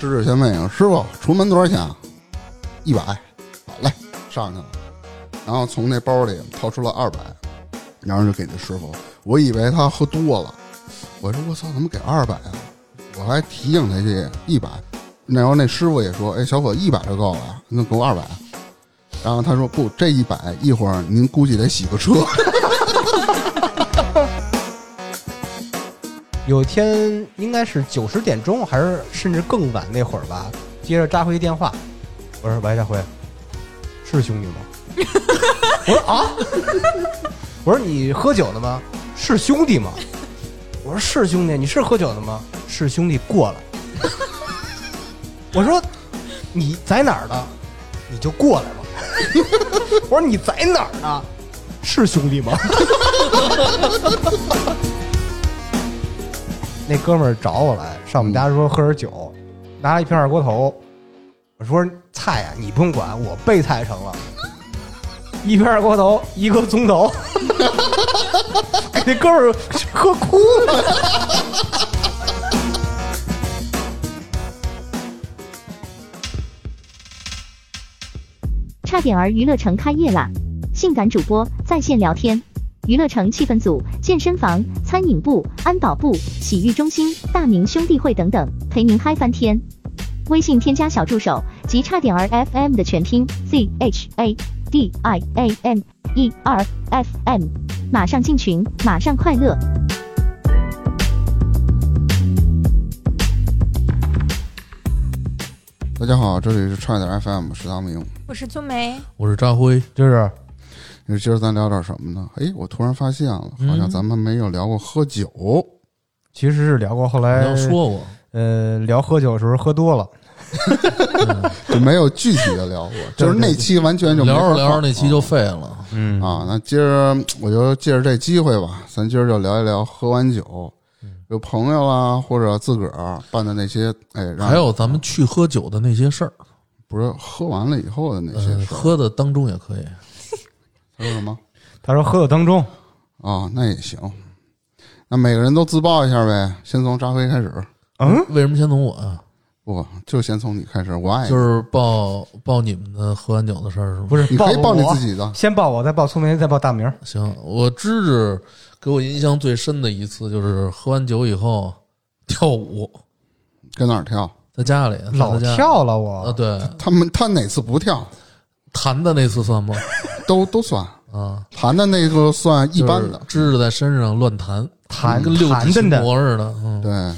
芝芝先问一下啊师傅，出门多少钱？啊一百，好嘞，上去了。然后从那包里掏出了二百，然后就给那师傅。我以为他喝多了，我说我操，怎么给二百啊？我还提醒他去一百。然后那师傅也说，哎，小伙一百就够了，那给我二百。然后他说不，这一百一会儿您估计得洗个车。 有天应该是九十点钟，还是甚至更晚那会儿吧，接着扎辉电话，我说：“喂，扎辉，是兄弟吗？” 我说：“啊。”我说：“你喝酒了吗？是兄弟吗？”我说：“是兄弟。”你是喝酒了吗？是兄弟过来。 我说：“你在哪儿呢？你就过来吧。” 我说：“你在哪儿呢？是兄弟吗？”那哥们儿找我来，上我们嗯家说喝点酒，拿了一瓶二锅头。我说菜呀、你不用管，我备菜成了。一瓶二锅头，一个棕头。 给那哥们儿喝哭了。差点儿娱乐城开业啦！性感主播在线聊天，娱乐城气氛组、健身房、餐饮部、安保部、洗浴中心、大明兄弟会等等，陪您嗨翻天。微信添加小助手及差点儿 FM 的全拼 Z H A D I A M E R F M，马上进群，马上快乐。大家好，这里是差点 FM 食堂名。我是秋梅，我是张辉，就是那今儿咱聊点什么呢？哎，我突然发现了，好像嗯咱们没有聊过喝酒。其实是聊过，后哎你来要说我，呃聊喝酒的时候喝多了，就没有具体的聊过，就是那期完全就没聊着法聊着放那期就废了。嗯啊。那今儿我就借着这机会吧，咱今儿就聊一聊喝完酒，有朋友啦，或者自个儿办的那些，哎，让还有咱们去喝酒的那些事儿，不是喝完了以后的那些呃，事儿，喝的当中也可以。还有什么他说喝酒当中，啊？那也行，那每个人都自曝一下呗，先从扎辉开始，嗯，为什么先从我呀？不就先从你开始？我爱你就是报报你们的喝完酒的事儿是吗？不是，你可以报报你我自，己啊的，先报我，再报聪明，再报大名。行，我芝芝给我印象最深的一次就是喝完酒以后跳舞，跟哪儿跳？在家里老呃在家里跳了啊，我，对，他们他哪次不跳弹的那次算吗？都都算，啊，弹的那个算一般的，芝芝在身上乱弹，弹跟六弹指着琴呢魔似的，嗯，对。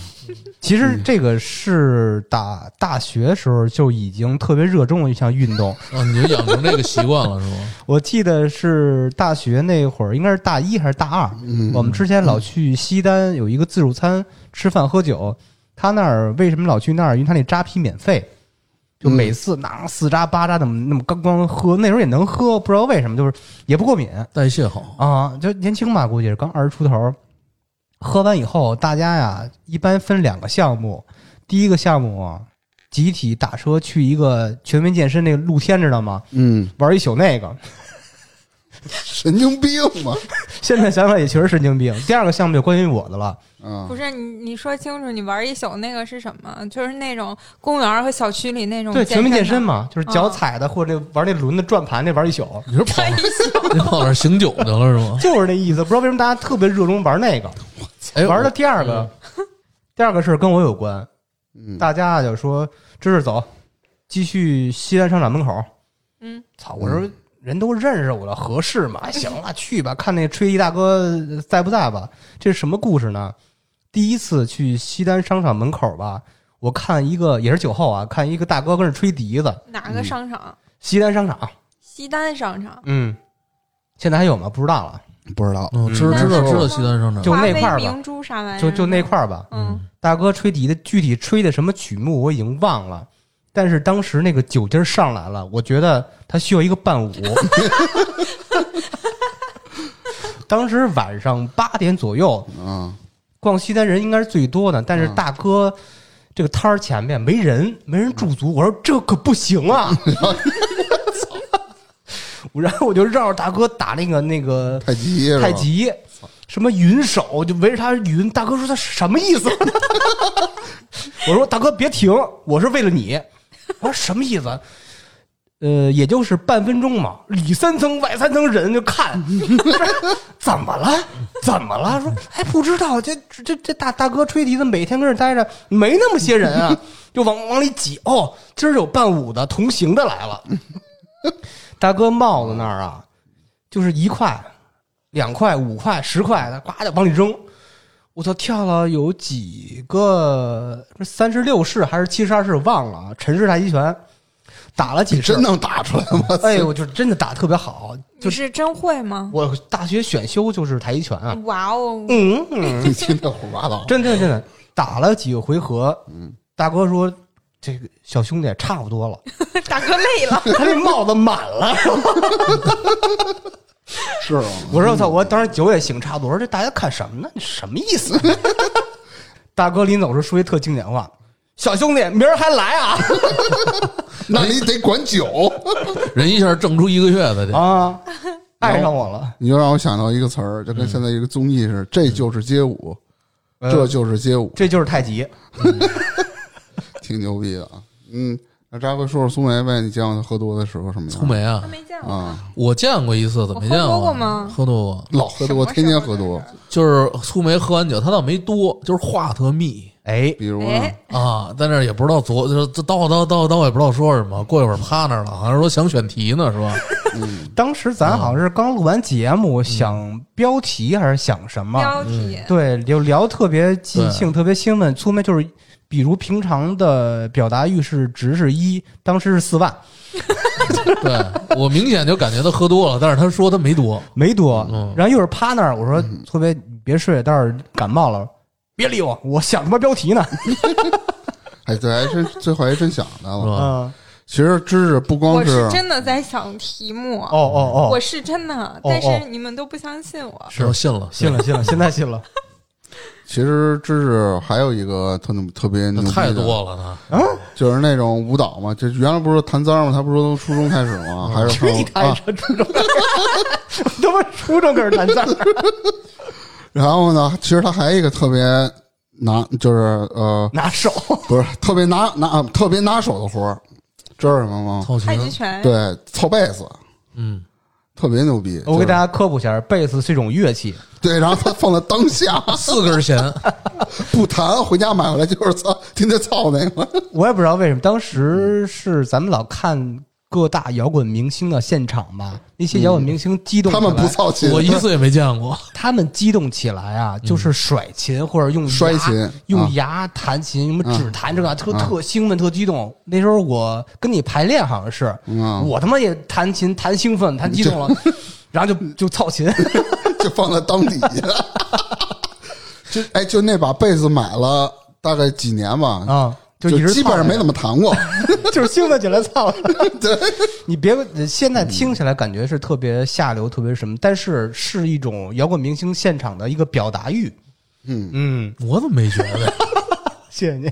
其实这个是打大学时候就已经特别热衷的一项运动。啊，你就养成这个习惯了是吗？我记得是大学那会儿，应该是大一还是大二，嗯，我们之前老去西单有一个自助餐吃饭喝酒，他那儿为什么老去那儿？因为他那扎啤免费，就嗯每次拿四扎八扎那么那么刚刚喝，那时候也能喝，不知道为什么就是也不过敏代谢好，啊，就年轻嘛，估计是刚二十出头。喝完以后，大家呀一般分两个项目，第一个项目集体打车去一个全民健身那个露天，知道吗？嗯，玩一宿那个，神经病嘛，现在想想也确实神经病。第二个项目就关于我的了。啊不，是你，你说清楚，你玩一宿那个是什么？就是那种公园和小区里那种对，全民健身的。嘛，就是脚踩的、或者那玩那轮子转盘那玩一 宿，你是跑哪儿你跑那儿醒酒去了是吗？就是那意思。不知道为什么大家特别热衷玩那个。哎，玩的我第二个，第二个事儿跟我有关，嗯，大家就说这是走，继续西单商场门口。嗯，操！我说人都认识我了，合适吗？哎行了，去吧，看那吹笛大哥呃在不在吧。这是什么故事呢？第一次去西单商场门口吧，我看一个也是酒后啊，看一个大哥跟那吹笛子，哪个商场？西单商场。西单商场。嗯，现在还有吗？不知道了，不知道，嗯，知道知道知道西单商场，就那块儿吧华为明珠啥玩意儿？就就那。块儿吧。嗯，大哥吹笛的具体吹的什么曲目我已经忘了，但是当时那个酒劲儿上来了，我觉得他需要一个伴舞。当时晚上八点左右，啊，逛西单人应该是最多的，但是嗯大哥这个摊儿前面没人，没人驻足，我说这可不行啊！ 然后我就绕着大哥打那个那个太极，太，极，什么云手，就围着他云。大哥说他什么意思？ 我说大哥别停，我是为了你。我说什么意思？呃，也就是半分钟嘛，里三层外三层人就看， 不是怎么了？怎么了？说哎，不知道，这这这大大哥吹笛子每天跟这儿待着，没那么些人啊，就往往里挤。哦，今儿有伴舞的、同行的来了。大哥帽子那儿啊，就是一块、两块、五块、十块的，呱就往里扔。我操，跳了有几个三十六式还是七十二式，忘了啊。陈氏太极拳打了几你式真？能打出来吗？哎，我就真的打得特别好。你就是真会吗？我大学选修就是太极拳啊。哇哦， 嗯，嗯你听他胡说八道，真的真的打了几个回合。嗯，大哥说这个小兄弟差不多了，大哥累了，他那帽子满了。是吗？我说我操！我当时酒也醒差不多。我说这大家看什么呢？你什么意思？ 大哥临走时说一特经典话：“小兄弟，明儿还来啊 那你得管酒。人一下挣出一个月的去，啊！”爱上我了，你就让我想到一个词儿，就跟现在一个综艺似的，这就是街舞，这呃就是街舞，这就是太极。挺牛逼的啊。嗯，那扎辉说说苏梅呗，你见过她喝多的时候什么样？苏梅啊他，嗯没见过。啊，我见过一次，怎么没见我喝多过过吗喝多过，老喝多，什么啊天天喝多。就是苏梅喝完酒，她倒没多，就是话特密哎，比如呢哎，啊，在那儿也不知道昨就是叨叨叨叨也不知道说什么，过一会儿趴那儿了，好像说想选题呢，是吧？ 当时咱好像是刚录完节目，想标题还是想什么？标题嗯对，就聊特别尽兴，特别兴奋。粗眉就是，比如平常的表达欲是值是一，当时是四万，对我明显就感觉她喝多了，但是她说她没多，没多。嗯然后一会儿趴那儿，我说粗眉你别睡，待会儿感冒了，别理我，我想他妈标题呢。哎，对，还真最后还真想她了。是吧？嗯，其实知识不我光是真的在想题目，哦哦我哦，是真的，哦但哦是你们都不相信我。是信了，信了信了，现在信了。哦其实知识还有一个特特别牛那逼的太多了呢。就是那种舞蹈嘛，就原来不是弹簪儿吗？他不是从初中开始吗？还是去你啊大爷！初中，哦 他妈初中开始谈字儿。然后呢，其实他还有一个特别拿，就是呃，拿手，不是特别拿拿啊特别拿手的活儿，知道什么吗？套太极裙，拳，对，凑贝斯嗯，特别牛逼。我给大家家科普一下，贝斯是一种乐器，对，然后他放在当下四 根弦，不弹，回家买回来就是操，天天操那个。我也不知道为什么，当时是咱们老看各大摇滚明星的现场吧，那些摇滚明星激动起他来，们不操琴，我一次也没见过。他们激动起来啊，就是甩琴或者用牙嗯摔琴啊用牙弹琴，什么指弹这个，特特兴奋，特激动。那时候我跟你排练好像是，嗯，我他妈也弹琴，弹兴奋，弹激动了， 然后就就 操琴，就放在当底下。 就哎，就那把贝斯买了大概几年吧，啊，就就一直基本上没怎么，么弹过。 就是兴奋起来操。 对， 你别现在听起来感觉是特别下流，特别什么，但是是一种摇滚明星现场的一个表达欲。嗯嗯，我怎么没觉得？谢谢你。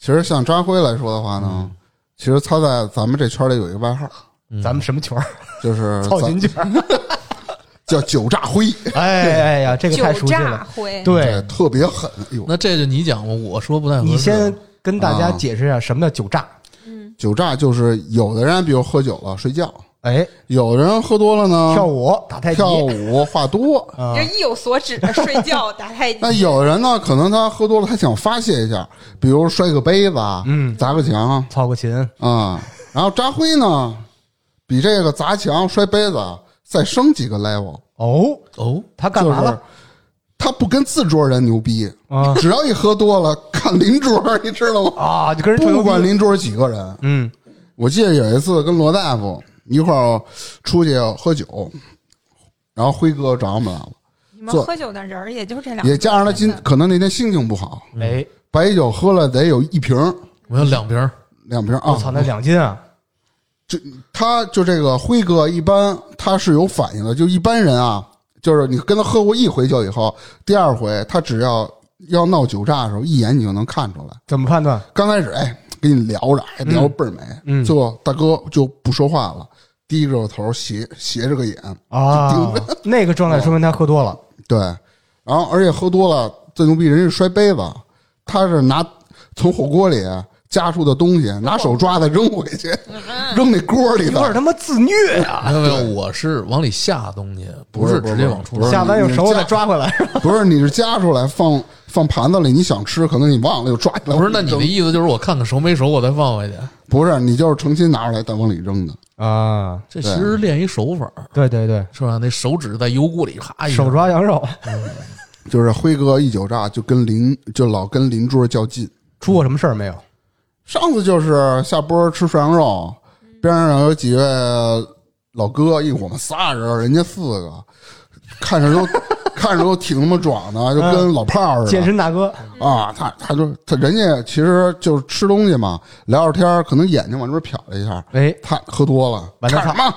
其实像张辉来说的话嗯呢，其实他在咱们这圈里有一个外号，咱们什么圈儿？就是 操咱琴圈儿。叫酒炸灰，哎哎呀，这个酒太熟悉炸了。灰， 对，特别狠。哎呦， 那这就你讲吧，我说不太合适。你先跟大家解释一下什么叫酒炸。酒炸就是有的人比如喝酒了睡觉，哎，啊有的人喝多了呢跳舞、打太极跳舞话多。 啊这，意有所指的睡觉打太极那，有的人呢，可能他喝多了，他想发泄一下，比如摔个杯子，嗯砸个墙啊、操个琴，然后扎辉呢，比这个砸墙、摔杯子再升几个 level，哦，哦，他干就嘛是了？他不跟自桌人牛逼，啊只要一喝多了，看邻桌，你知道吗？啊，就跟人吹不牛管逼。邻桌几个人，嗯，我记得有一次跟罗大夫一块儿出去喝酒，然后辉哥找我们来了，你们做喝酒的人儿也就这两个，也加上他嗯今可能那天心情不好，哎，白酒喝了得有一瓶儿我有两瓶儿，两瓶儿我操，那啊。两斤啊！他就这个辉哥一般他是有反应的，就一般人啊，就是你跟他喝过一回酒以后，第二回他只要要闹酒炸的时候，一眼你就能看出来。怎么判断？刚开始哎，跟你聊着，哎，聊得倍儿美，嗯最后大哥就不说话了，低着个头斜斜着个眼，啊，那个状态说明他喝多了。对，然后而且喝多了，最牛逼，人家摔杯子，他是拿从火锅里夹出的东西，拿手抓的扔回去，扔那锅里有头点。他妈自虐啊！没有没有，我是往里下东西，不不是是不是直接往出不是下。下完有你熟了家再抓回来。 不是，你是夹出来放放盘子里，你想吃，可能你忘了又抓起来。不是，那你的扔意思就是我看看熟没熟，我再放回去？不是，你就是诚心拿出来再往里扔的。 啊，这其实是练一手法儿，对对对，是吧？那手指在油锅里咔一下手抓羊肉，就是辉哥一酒炸就跟邻就老跟邻桌较劲。出过什么事儿没有？上次就是下播吃涮羊肉，边上有几位老哥，一我们仨人，人家四个，看 着都看着都挺他妈壮的，就跟老炮儿似嗯健的身大哥，啊。他他就他人家其实就是吃东西嘛，聊聊天儿，可能眼睛往这边瞟了一下，哎，他喝多了，完蛋看什么？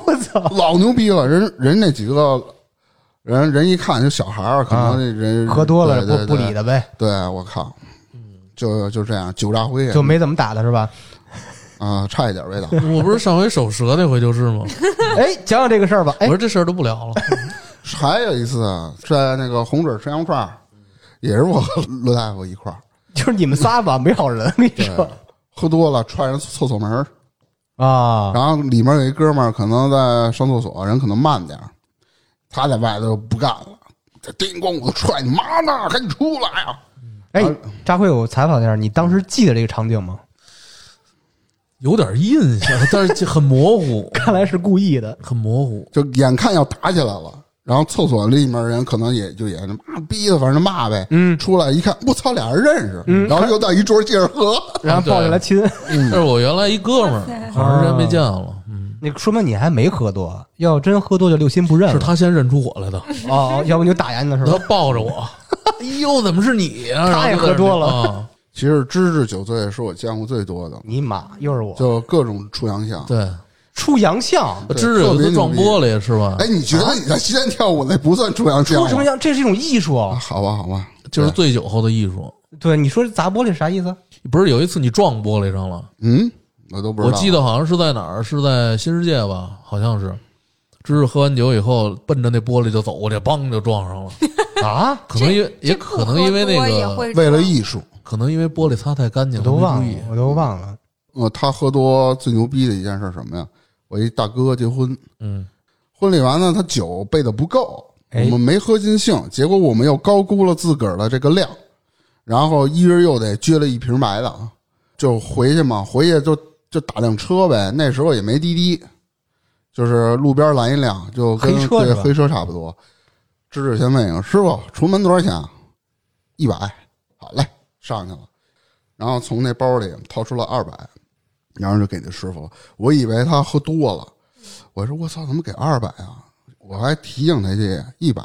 我操， 老牛逼了，人人那几个人人一看就小孩儿，可能那人、啊喝多了对对不不对理他呗，对我靠，就就这样，酒炸灰就没怎么打他是吧？ 啊、差一点味道。我不是上回手折那回就是吗？哎，讲讲这个事儿吧。我哎，说这事儿都不聊了，还有一次在那个红水吃羊串儿，也是我和罗大夫一块儿就是你们仨吧，没好人，跟你说喝多了，踹人厕所门儿，啊，然后里面有一哥们儿可能在上厕所，人可能慢点儿，他在外头就不干了，他叮咣我就踹你妈呢，赶紧出来啊呀、哎，扎辉，我采访一下，你当时记得这个场景吗？有点印象，但是很模糊， 看来是故意的。很模糊。就眼看要打起来了，然后厕所里面人可能也就也是妈逼的，反正骂呗。嗯出来一看，我操，俩人认识，嗯然后又到一桌接着 喝。然后抱起来亲，这啊是我原来一哥们哇塞儿，好长时间没见了，嗯，那说明你还没喝多。要真喝多就六亲不认是了。他先认出我来的， 哦，要不你就打人了是他吧？抱着我， 哎呦，怎么是你呀？他也然后就在喝多那了啊其实芝芝酒醉是我见过最多的，你妈，又是我就各种出洋相。对，出洋相，对知识有一次撞玻璃是吧？哎，你觉得你在西单跳舞那不算出洋相出吗？什么洋？这是一种艺术。啊？好吧，好吧，就是对醉酒后的艺术。对，你说砸玻璃是啥意思？不是有一次你撞玻璃上了，嗯，我都不知我道。记得好像是在哪儿，是在新世界吧，好像是。只是喝完酒以后，奔着那玻璃就走过去，梆就撞 上了。啊，可能因也可能因为那这不喝多也个，会为了撞艺术，可能因为玻璃擦太干净，我都没忘注意了，我都忘了。呃，他喝多最牛逼的一件事是什么呀？我一大哥结婚，嗯，婚礼完呢，他酒备的不够，我哎们没喝尽兴，结果我们又高估了自个儿的这个量，然后一人又得撅了一瓶白的，啊就回去嘛，回去就就打辆车呗，那时候也没滴滴，就是路边拦一辆，就跟黑车是对吧黑车差不多。芝芝先问一个师傅，出门多少钱？啊一百，好嘞，上去了，然后从那包里掏出了二百，然后就给那师傅了。我以为他喝多了，我说我操，怎么给二百啊？我还提醒他去一百，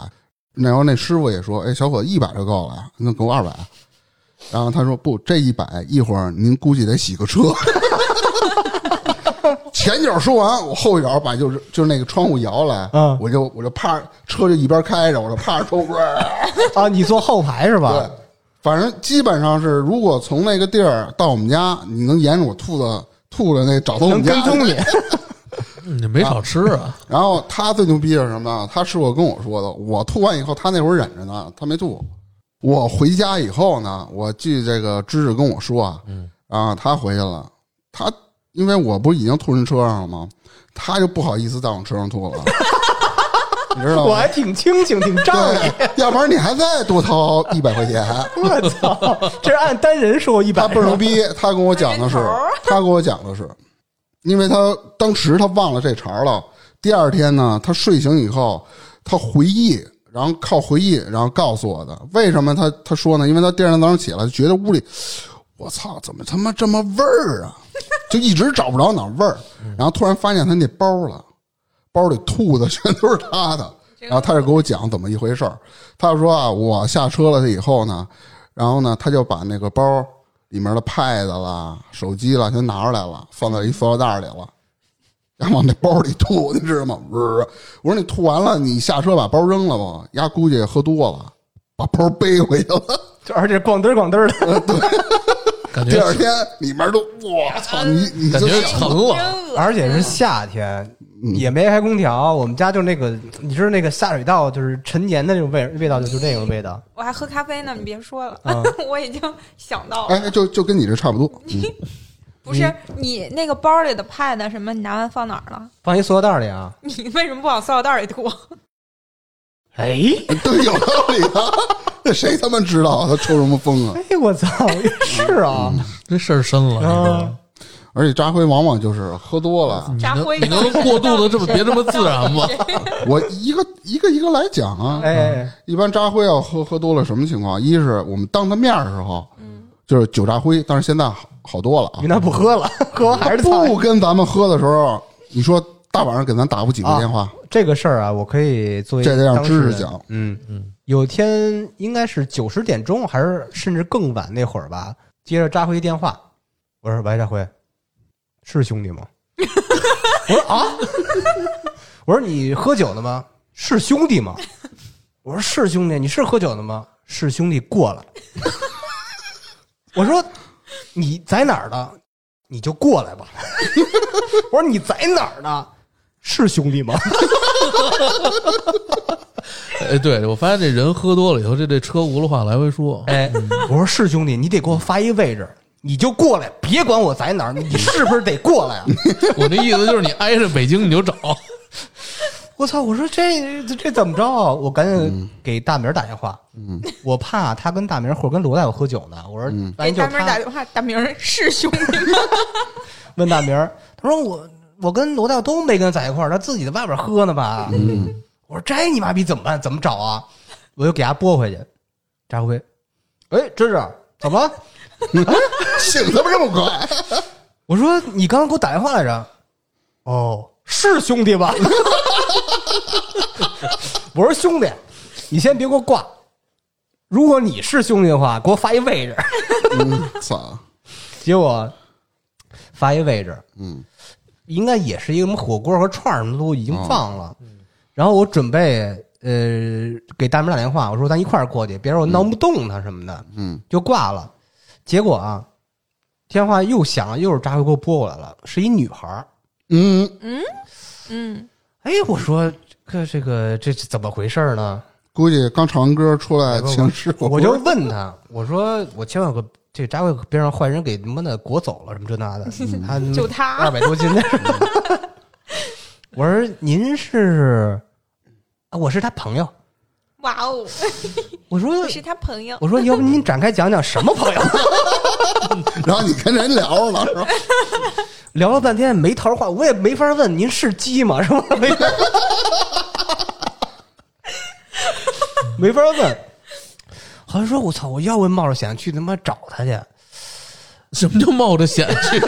然后那师傅也说，哎，小伙子一百就够了呀，啊那给我二百。然后他说不，这一百一会儿您估计得洗个车。 前脚说完，我后脚把就是就是那个窗户摇来，嗯我就我就趴车就一边开着，我就趴着窗户外儿。啊，你坐后排是吧对？，反正基本上是，如果从那个地儿到我们家，你能沿着我吐的吐的那找到我能们跟家。踪你。你没少吃啊，然后他最牛逼的是什么呢？他是我跟我说的，我吐完以后，他那会儿忍着呢，他没吐。我回家以后呢，我据这个芝芝跟我说啊，嗯啊，他回去了，他因为我不是已经吐人车上了吗？他就不好意思再往车上 吐了，你知道我吗还？挺清醒，挺仗义。对，要不然你还再多掏一百块钱。 我操，这是按单人说一百他倍儿牛逼，他跟我讲的是人头儿，他跟我讲的是，因为他当时他忘了这茬儿了。第二天呢，他睡醒以后，他回忆，然后靠回忆，然后告诉我的。为什么他他说呢？因为他第二天早上起来就觉得屋里，我操，怎么他妈这么味儿啊？就一直找不着哪儿味儿，然后突然发现他那包了，包里吐的全都是他的。然后他就给我讲怎么一回事儿，他就说啊，我下车了以后呢，然后呢，他就把那个包里面的 pad 啦、手机啦，全拿出来了，放到一塑料袋里了，然后往那包里吐，你知道吗？不是，我说你吐完了，你下车把包扔了吧，丫估计喝多了，把包背回去了。 就而且逛嘚儿逛嘚儿的，感第二觉天里面都，我操，你你感就 觉想 疼了，真恶而且是夏天，嗯也没开空调，我们家就那个，你知道那个下水道就是陈年的那种味味道，就就那种味嗯道。我还喝咖啡呢，你别说了，啊 我已经想到了。哎，就就跟你这差不多。嗯，不是你那个包里的 pad 什么，你拿完放哪儿了？ 放一塑料袋里啊，你为什么不往塑料袋里吐？哎 对，有道理啊。那谁他妈知道啊他抽什么风啊？哎，我操，是啊，这事儿深了，你知道吗？而且扎辉往往就是喝多了，你扎能灰你能过度的这么别这么自然吗？我一个一个一个来讲啊。哎，一般扎辉要喝喝多了什么情况？一是我们当他面儿的时候，嗯就是酒扎辉，但是现在好好多了啊云。南不喝了， 喝完还是操不跟咱们喝的时候，你说大晚上给咱打不几个电话，这个事儿啊，我可以作为这得让啊当事知识人讲。嗯嗯，有天应该是九十点钟，还是甚至更晚那会儿吧，接着扎辉电话，我说：“喂，扎辉，是兄弟吗？”我说：“啊，我说你喝酒呢吗？是兄弟吗？”我说：“是兄弟，你是喝酒呢吗？是兄弟过了。”我说：“你在哪儿呢？你就过来吧。” 我说：“你在哪儿呢？是兄弟吗？”哎，对，我发现这人喝多了以后，这这车轱辘话来回说，哎，我说是兄弟，你得给我发一位置，你就过来，别管我在哪儿，你是不是得过来啊？ 我那意思就是你挨着北京你就找，我操！我说这这这怎么着啊？我赶紧给大明儿打电话，嗯，我怕他跟大明儿或者跟罗大夫喝酒呢。我说，嗯万给一就大是明儿打他电话，大明儿是兄弟吗？问大明儿，他说我我跟罗大夫都没跟他在一块儿，他自己在外边喝呢吧？嗯，我说这你妈逼怎么办？怎么找啊？我就给他拨回去，扎辉，哎，芝啊芝怎么了？醒他妈这么快，我说你刚刚给我打电话来着，哦，是兄弟吧？我说兄弟，你先别给我挂，如果你是兄弟的话，给我发一位置。嗯，操，结果发一位置，嗯，应该也是一个什么火锅和串儿什么都已经放哦了，然后我准备呃给大明打电话，我说咱一块儿过去，别让我闹不动他什么的，嗯，就挂了。结果啊，电话又响了，又是扎辉给我拨过来了，是一女孩儿。嗯，嗯，哎，我说这这个这这怎么回事儿呢？估计刚唱完歌出来请吃火锅，我就问他，我说我千万可这扎辉可别让坏人给他妈的裹走了什么这那的，嗯他 就他二百多斤的。我说您是啊，我是他朋友。哇 哦，我说我是他朋友。我说要不您展开讲讲什么朋友？ 然后你跟人聊上了，是吧？聊了半天没桃话，我也没法问您是鸡吗？ 是吧？没法，没法问。好像说，我操！我要不冒着险去他妈找他去。什么叫冒着险 去？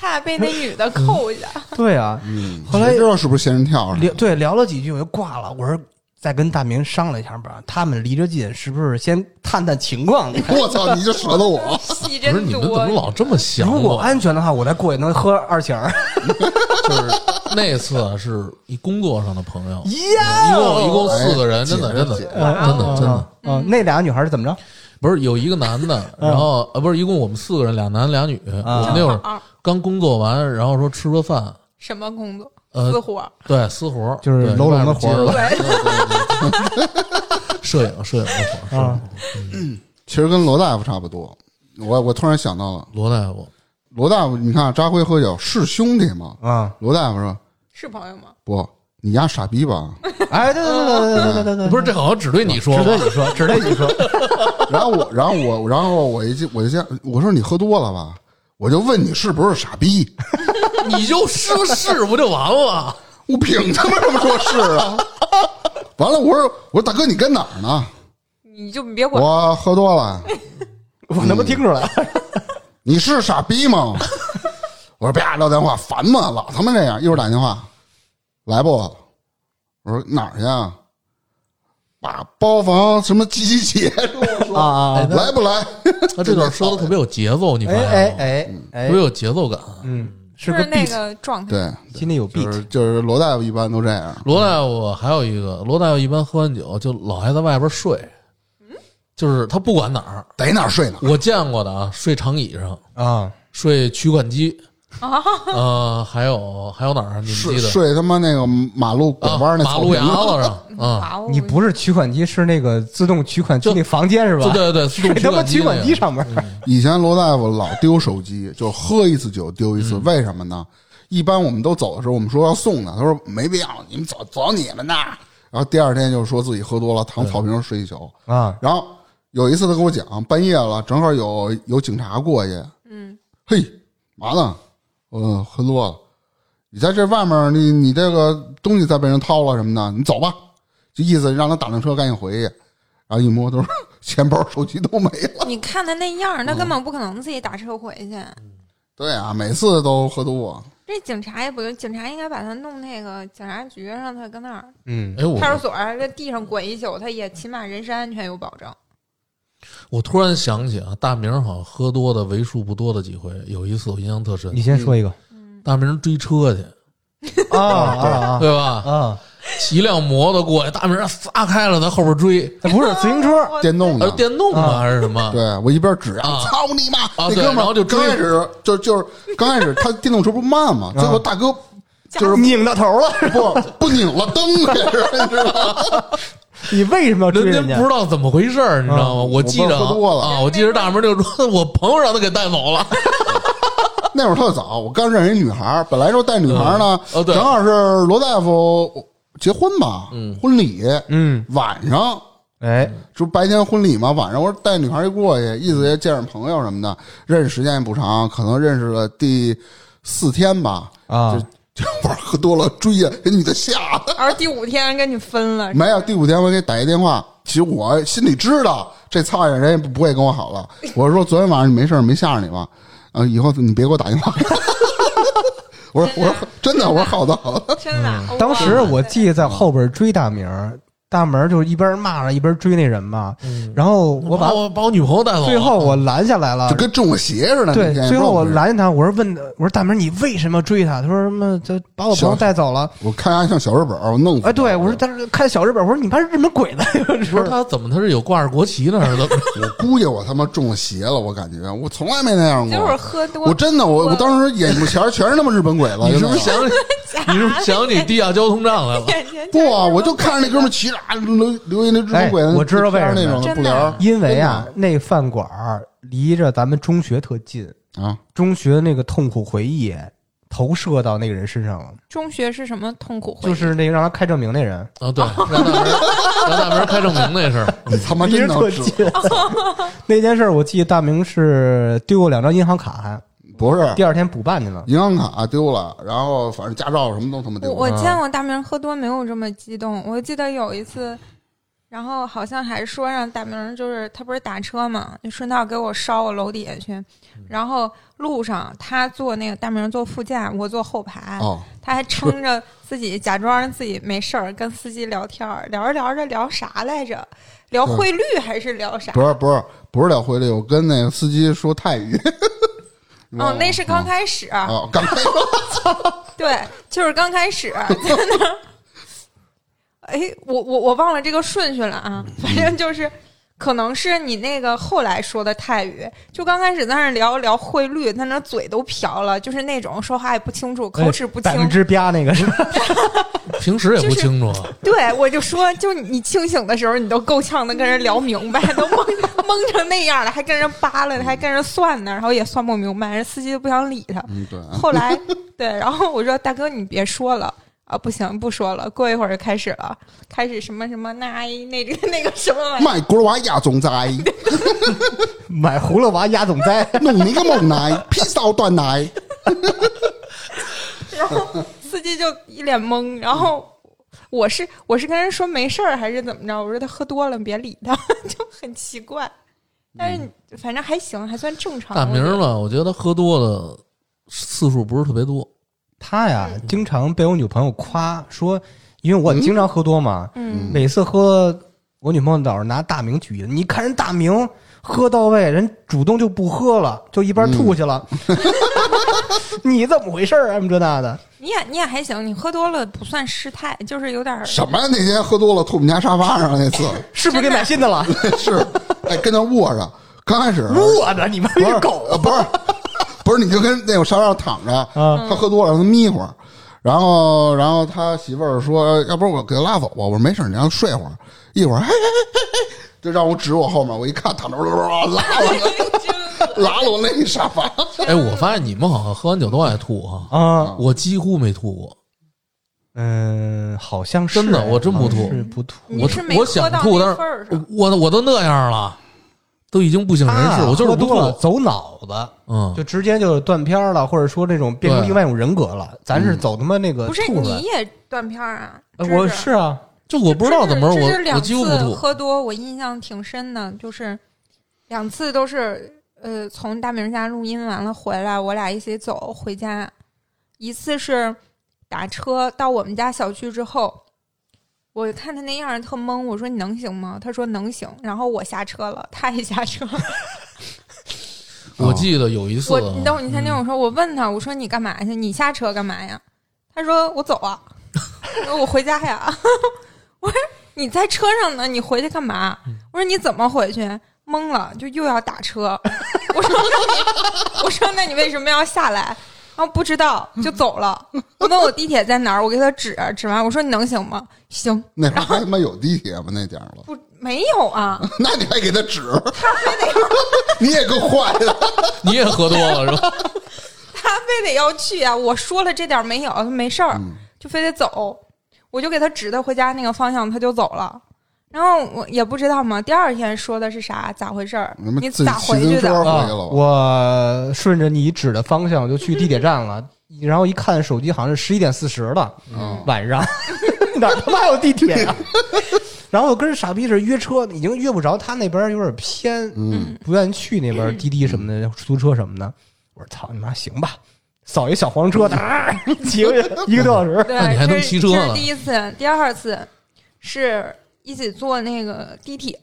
他俩被那女的扣下，对啊，嗯，后来谁知道是不是仙人跳啊上聊对聊了几句，我就挂了。我说再跟大明商量一下吧，他们离着近，是不是先探探情 况？ 我操，你就舍得我，戏不是真你们怎么多。老这么想啊如果我？安全的话，我再过去能喝二瓶 儿。就是那次啊，是一工作上的朋友，呀一共一共四个人，哎真的姐真的姐真的真的，嗯，那俩女孩是怎么着？不是有一个男的，嗯然后呃不是一共我们四个人，俩男俩女，我们那会儿啊，刚工作完，然后说吃个饭，什么工作？呃私活。对，私活儿就是 对嗯楼外笼的面接活儿着吧来对，摄影摄影的活儿，摄影啊其实跟罗大夫差不多。我我突然想到了，罗大夫，罗大夫，你看扎辉喝酒是兄弟吗？啊！罗大夫说是朋友吗？不，你丫傻逼吧？哎，对对对对对对对对， 不是这好像只对你说嗯只吧对你说，只对你说。然后我，然后我，然后我一进，我就先我说你喝多了吧？我就问你是不是傻逼？ 你就说是不就完了？我凭他妈这么说是啊？ 完了，我说我说大哥你跟哪儿呢？你就别管。我喝多了，我能不听出 来？你是傻逼吗？我说别撂电话，烦吗？老他妈这样，一会儿打电话，来不？我说哪儿去啊？把包房什么几几几？啊啊！啊来不来？哎他这段说的特别有节奏，你发哎现哎吗哎哎特别，有节奏感。嗯，是就个是那 beat，个状态，对，心里有就是 beat。就是罗大夫一般都这样。罗大夫还有一个，罗大夫一般喝完酒就老爱在外边睡，嗯就是他不管哪儿，逮哪儿睡哪儿。我见过的啊，睡长椅上，啊睡取款机，啊，呃，还有还有哪儿啊？你们睡记得睡他妈那个马路拐啊？弯那马草路坪牙子上 啊，哇哦你不是取款机，是那个自动取款机就那房间是吧对？对对，自动他妈取取款款机机上面，以前罗大夫老丢手机，就喝一次酒丢一次，为什么呢？一般我们都走的时候，我们说要送的，他说没必要，你们走走你们的。然后第二天就说自己喝多了，躺草坪上睡一宿。嗯啊，然后有一次他跟我讲，半夜了，正好有有警察过去，嗯，嘿，嘛呢？呃，喝多了，你在这外面，你你这个东西再被人掏了什么的，你走吧，就意思让他打辆车赶紧回去。然后一摸，都是 钱包、手机都没了。你看他那样儿，嗯他根本不可能自己打车回去。对啊，每次都喝多。啊这警察也不行，警察应该把他弄那个警察局，让他跟那儿嗯，哎，我派出所儿在地上滚一宿，他也起码人身安全有保障。我突然想起啊，大明好像喝多的为数不多的几回，有一次我印象特深你，先说一个 大明追车去，啊啊对啊吧？啊，骑一辆摩托过去，大明撒开了，在后边追，那不是自 行 车，电动的，呃，电动啊啊还是什么？对我一边指啊，啊操你妈！那对哥们然儿后就追刚开始就就是刚开始他电动车不慢嘛，最后大哥就是拧到头了。不不拧了蹬开始，你知道吗？你为什么要追人家家不？知道怎么回事儿，你知道吗？我记着我喝多了啊，我记着大明就说， 我朋友让他给带走了。那会儿特早，我刚认识一女孩儿，本来说带女孩儿呢，嗯哦对正好是罗大夫结婚吧，婚礼嗯，晚上哎，就白天婚礼嘛，晚上我说带女孩儿一过去，意思也见着朋友什么的，认识时间也不长，可能认识了第四天吧，啊就这玩喝多了追呀，给女的吓的。而第五天跟你分了，没有，第五天我给打一电话，其实我心里知道这操人人家不会跟我好了。我说昨天晚上你没事儿没吓着你吧？啊、以后你别给我打电话。我说我说真的，我说好的好的。真的。嗯当时哇我记得在后边追大明儿，大明儿就是一边骂着一边追那人嘛，然后嗯我把把我把我女朋友带走了，最后我拦下来了就。跟中了邪似的。对那天，最后我不知道为什么，拦下他，我说问，我说大明儿，你为什么追他？他说什么？他把我朋友小带走了。我看他像小日本儿，我弄死他哎，对，我说，但是看小日本，我说你妈日本鬼子 呀！这不是他怎么他是有挂着国旗呢，还是怎么着？我估计我他妈中了邪了，我感觉我从来没那样过。就是喝多，我真的，我我我当时眼睛前儿全是他妈日本鬼子，你是就不那是样想起你是不 是想起地下交通站来了？眼前不啊？我就看着那哥们儿骑着啊留留一那日本鬼子，哎我知道为什么那种布帘儿因为啊，那饭馆儿离着咱们中学特近，啊，中学的那个痛苦回忆投射到那个人身上了，中学是什么痛苦回忆？就是那个让他开证明那人。啊，对，让大明让大明开证明那事儿，你他妈离啊真着能特治近。 那件事儿，我记得大明是丢过两张银行卡，还不是第二天补办去了。银行卡丢了，然后反正驾照什么都他妈我丢了。我见过大明喝多没有这么激动。我记得有一次，然后好像还说让大明就是他不是打车嘛，就顺道给我捎我楼底下去。嗯然后路上他坐那个大明坐副驾，我坐后排，哦，他还撑着自己假装自己没事儿跟司机聊天儿，聊着聊着聊啥来着？聊汇率还是聊啥？不是不是不是聊汇率，我跟那个司机说泰语。哦，那是刚开始，哦，刚开始 对，就是刚开始啊在那儿。哎，我我我忘了这个顺序了啊，嗯反正就是，可能是你那个后来说的泰语，就刚开始在那儿聊聊汇率，在那儿嘴都瓢了，就是那种说话也不清楚，口齿不哎百分清。之八那个是吧，平时也不清楚。啊 对，我就说，就你清醒的时候，你都够呛的跟人聊明白，都 蒙蒙成那样了，还跟人扒拉，还跟人算呢，然后也算不明白，人司机都不想理他。嗯，对啊，后来对，然后我说大哥你别说了啊，不行不说了，过一会儿就开始了，开始什么什么那那个 那个什么玩意儿，卖锅娃亚总在，买葫芦娃压总栽。弄你个猛奶，披萨断奶。然后司机就一脸懵，然后。我是我是跟人说没事儿还是怎么着？我说他喝多了，别理他， 就很奇怪。但嗯是反正还行，还算正常。大明我觉得吧，我觉得他喝多了次数不是特别多，他呀，经常被我女朋友夸说，因为我经常喝多嘛，嗯，每次喝，我女朋友老是拿大明举例，你看人大明喝到位，人主动就不喝了，就一边吐去了。 你怎么回事儿啊？什么这那的？你也你也还行，你喝多了不算失态，就是有点儿什么呀？那天喝多了吐我们家沙发上那次 是不是给买新的了？是，哎，跟那卧着，刚开始饿着你妈不是是狗！呃不是不不是你就跟那个沙发上躺着，啊，他喝多了让他眯一会儿，然后然后他媳妇儿说，要不然我给他拉走吧，我说没事，你让他睡会儿，一会儿嘿嘿嘿嘿嘿，就让我指我后面，我一看躺着，拉我拉了我那沙发，哎，我发现你们好像喝完酒都爱吐哈，啊，我几乎没吐过。嗯，好像是真的我真不吐好像是不吐。你我是没我喝想到吐，但那是份儿上，我我都那样了，都已经不省人事，啊我就是喝不多了吐。走脑子，嗯，就直接就断片儿了，或者说那种变成对嗯另外一种人格了。咱是走他妈那个 不是吐出来你也断片儿啊？哎芝我芝是啊，就呃我不知道怎么，这是这是我我两几乎不次吐。喝多，我印象挺深的，就是两次都是呃，从大明家录音完了回来，我俩一起走回家。一次是打车到我们家小区之后，我看他那样儿特懵，我说你能行吗？他说能行，然后我下车了，他也下车。 我记得有一次我啊，你等会儿你先听嗯我说，我问他，我说你干嘛去？你下车干嘛呀？他说我走啊，我说我回家呀。 我说你在车上呢，你回去干嘛？我说你怎么回去？懵了，就又要打车。 我说我说那你为什么要下来？然后不知道就走了。我问我地铁在哪儿，我给他指啊指完，我说你能行吗？行，那会儿还他妈有地铁吗？那点儿了， 不没有啊，那你还给他指， 你也够坏的，你也喝多了 是吧？他非得要去啊！我说了这点儿没有，他没事儿，嗯就非得走。我就给他指他回家那个方向，他就走了。然后我也不知道嘛，第二天说的是啥，咋回事儿？你们你自己咋骑回自去行车的？回啊去了吧？我顺着你指的方向我就去地铁站了，然后一看手机好像是十一点四十了，嗯晚上 哪儿他妈有地铁呀、 然后我跟傻逼似的约车，已经约不着，他那边儿有点偏，嗯，不愿意去那边儿滴滴什么的、出租车什么的。我说操你妈，行吧，扫一小黄车，哒， 骑过去一个多 小时。对，那你还能这是骑车这是了第一次，第二次是一起坐那个地铁。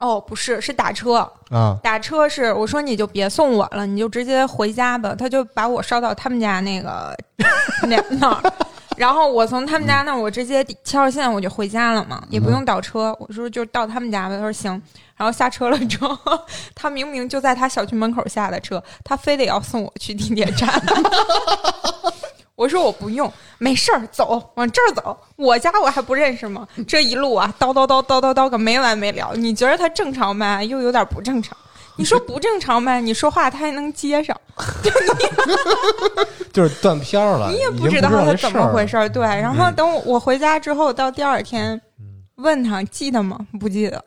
哦，不是，是打车。啊打车是我说你就别送我了，你就直接回家吧。他就把我捎到他们家那个 那那儿，然后我从他们家那儿我直接七号线我就回家了嘛，也不用倒车。我说就到他们家吧，他说行。然后下车了之后，他明明就在他小区门口下的车，他非得要送我去地铁站。 我说我不用，没事儿，走，往这儿走。我家我还不认识吗？这一路啊，叨叨叨叨叨叨个没完没了。你觉得他正常吧，又有点不正常。 你说不正常呗？你说话他还能接上，就是断片儿了，你也已不经知知道他这怎事儿么了回事儿。对，然后等我我回家之后，到第二天问他记得吗？不记得。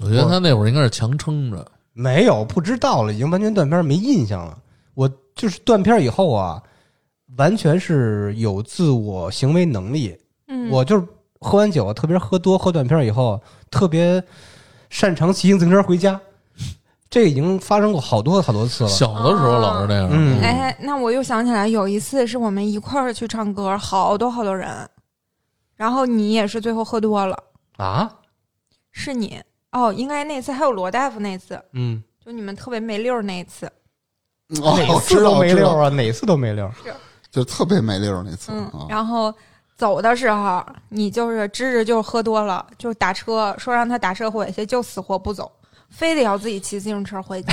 我觉得他那会儿应该是强撑着，没有，不知道了，已经完全断片儿，没印象了。我就是断片儿以后啊，完全是有自我行为能力。嗯，我就是喝完酒，特别是喝多喝断片儿以后，特别擅长骑自行车回家。这已经发生过好多好多次了。小的时候老是那样。嗯哎，那我又想起来有一次是我们一块儿去唱歌，好多好多人，然后你也是最后喝多了，啊，是你哦，应该那次还有罗大夫那次，嗯，就你们特别没溜儿那一次。哦，哪我次知都道，没知溜道，啊，哪次都没溜。就特别没溜儿那次嗯，啊，然后走的时候，你就是芝芝就喝多了，就打车说让他打车回去，就死活不走，非得要自己骑自行车回家，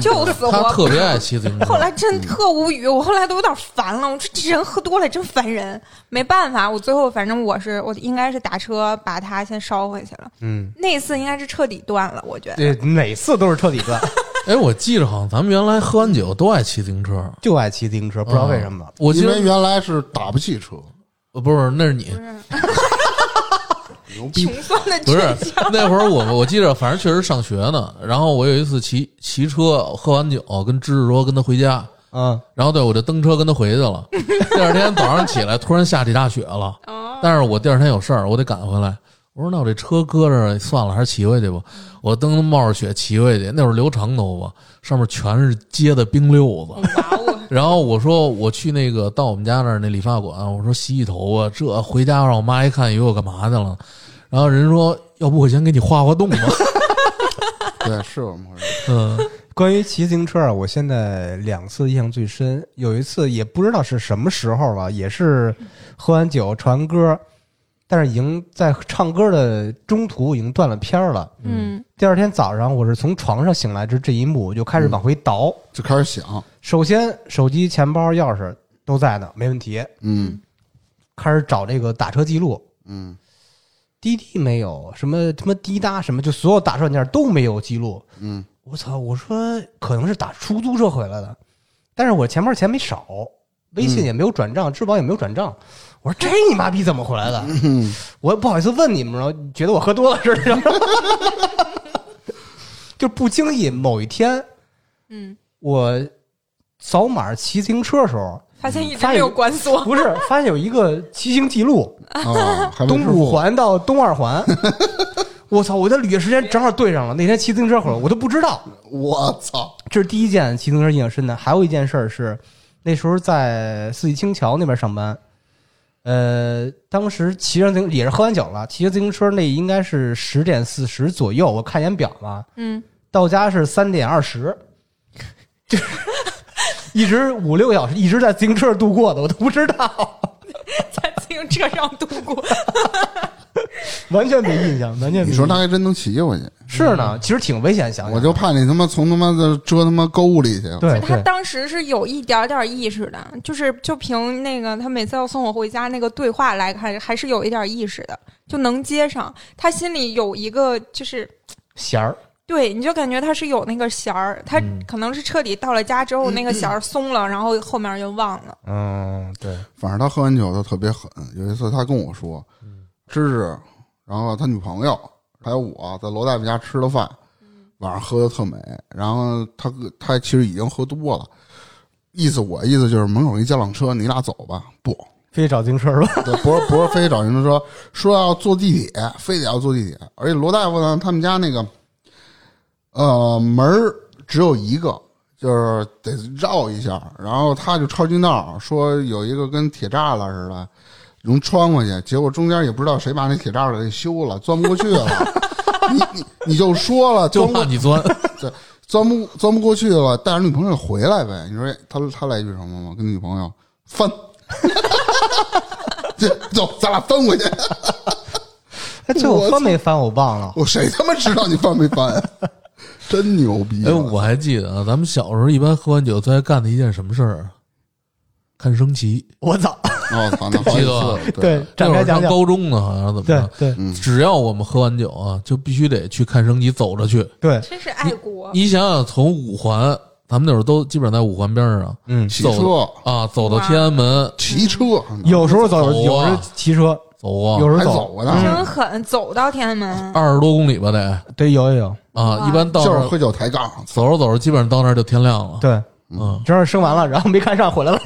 就死他活特不别爱骑自行车，后来真特无语，我后来都有点烦了。我说这人喝多了真烦人，没办法，我最后反正我是我应该是打车把他先捎回去了。嗯，那次应该是彻底断了，我觉得。这哪呃次都是彻底断，哎，我记着好像咱们原来喝完酒都爱骑自行车， 啊就爱骑自行车，不知道为什么。我记因得为原来是打不起车，呃不是，那是你不，是牛逼穷酸的嗯不是倔强，那会儿我我记着，反正确实上学呢。然后我有一次骑骑车，喝完酒跟芝芝说跟他回家，嗯，然后对我就蹬车跟他回去了。第二天早上起来，突然下起大雪了，哦，但是我第二天有事儿，我得赶回来。我说那我这车搁这儿算了，还是骑回去吧。我蹬冒着雪骑回去，那会儿留长头发，上面全是结的冰溜子。哇哦， 然后我说我去那个到我们家那儿那理发馆，我说洗洗头啊，这回家让我妈一看，以为我干嘛去了。然后人说，要不我先给你化化冻吧。对，是我们回事。嗯，关于骑自行车啊，我现在两次印象最深，有一次也不知道是什么时候了，也是喝完酒唱完歌，但是已经在唱歌的中途已经断了片儿了。嗯第二天早上，我是从床上醒来，这这一幕我就开始往回倒。就开始想，首先，手机、钱包、钥匙都在呢，没问题。嗯开始找这个打车记录，嗯滴滴没有，什么什么滴答什么，就所有打车软件都没有记录。嗯，我操！我说可能是打出租车回来的，但是我钱包钱没少，微嗯信也没有转账，支付宝也没有转账。我说这你妈逼怎么回来的？嗯我不好意思问你们了，觉得我喝多了似 的。就不经意某一天，嗯，我扫码骑自行车的时候，发现一直没有关锁，不是发现有一个骑行记录，嗯 啊，还没东支五付，环到东 二环。我操！我的旅行时间正好对上了，那天骑自行车回来，我都不知道。我操，这是第一件骑自行车印象深的。还有一件事儿是，那时候在四季青桥那边上班，呃，当时骑上自行也是喝完酒了，骑着自行车那应该是十点四十左右，我看一眼表嘛，嗯，到家是三点二十，就是 一直五六个小时一直在自行车上度过的，我都不知道，在自行车上度过。完全没印象，完全没印象。你说他还真能骑回去，是呢？其实挺危险，嗯想想我就怕你他妈从他妈的折他妈沟里去，对他对，当时是有一点点意识的，就是就凭那个他每次要送我回家那个对话来看，还是有一点意识的，就能接上。他心里有一个就是。弦儿对，你就感觉他是有那个弦儿，他嗯可能是彻底到了家之后，那个弦儿松了，然后后面就忘了。嗯，对，反正他喝完酒他特别狠。有一次他跟我说，嗯芝芝，然后他女朋友还有我在罗大夫家吃了饭，嗯晚上喝的特美。然后他他其实已经喝多了，意思我意思就是门口一家辆车，你俩走吧。不，非得找自行车是吧？ 对不是不是非得找人家说说要坐地铁，非得要坐地铁。而且罗大夫呢，他们家那个呃门儿只有一个，就是得绕一下。然后他就抄近道，说有一个跟铁栅栏似的，能穿过去。结果中间也不知道谁把那铁栅栏给修了，钻不过去了。 你你你就说了，就钻怕不你钻。钻不钻不过去了，带着女朋友回来呗。你说哎他他来一句什么吗？跟女朋友翻， 这走，咱俩翻回去。哎，最后翻没翻我忘了。我谁他妈知道你翻没翻呀？真牛逼！哎，我还记得啊，咱们小时候一般喝完酒最爱干的一件什么事儿啊？看升旗。我操！ 我操，那好几次了，对，那展会开儿上讲讲。高中呢，好像是怎么对着？对嗯只要我们喝完酒啊，就必须得去看升旗，走着去。对，真是爱嗯国，你想想，从五环，咱们那会儿都基本上在五环边上嗯，骑走车，啊，走到天安门骑车，有时候走，走啊有时候骑车，走啊，有时候还走过呢真狠，走到天安门，二十多公里吧得对，有有有，啊，一般到就是那儿喝酒抬杠，走着走着，基本上到那儿就天亮了。对，嗯，正是生完了，然后没看上，回来了。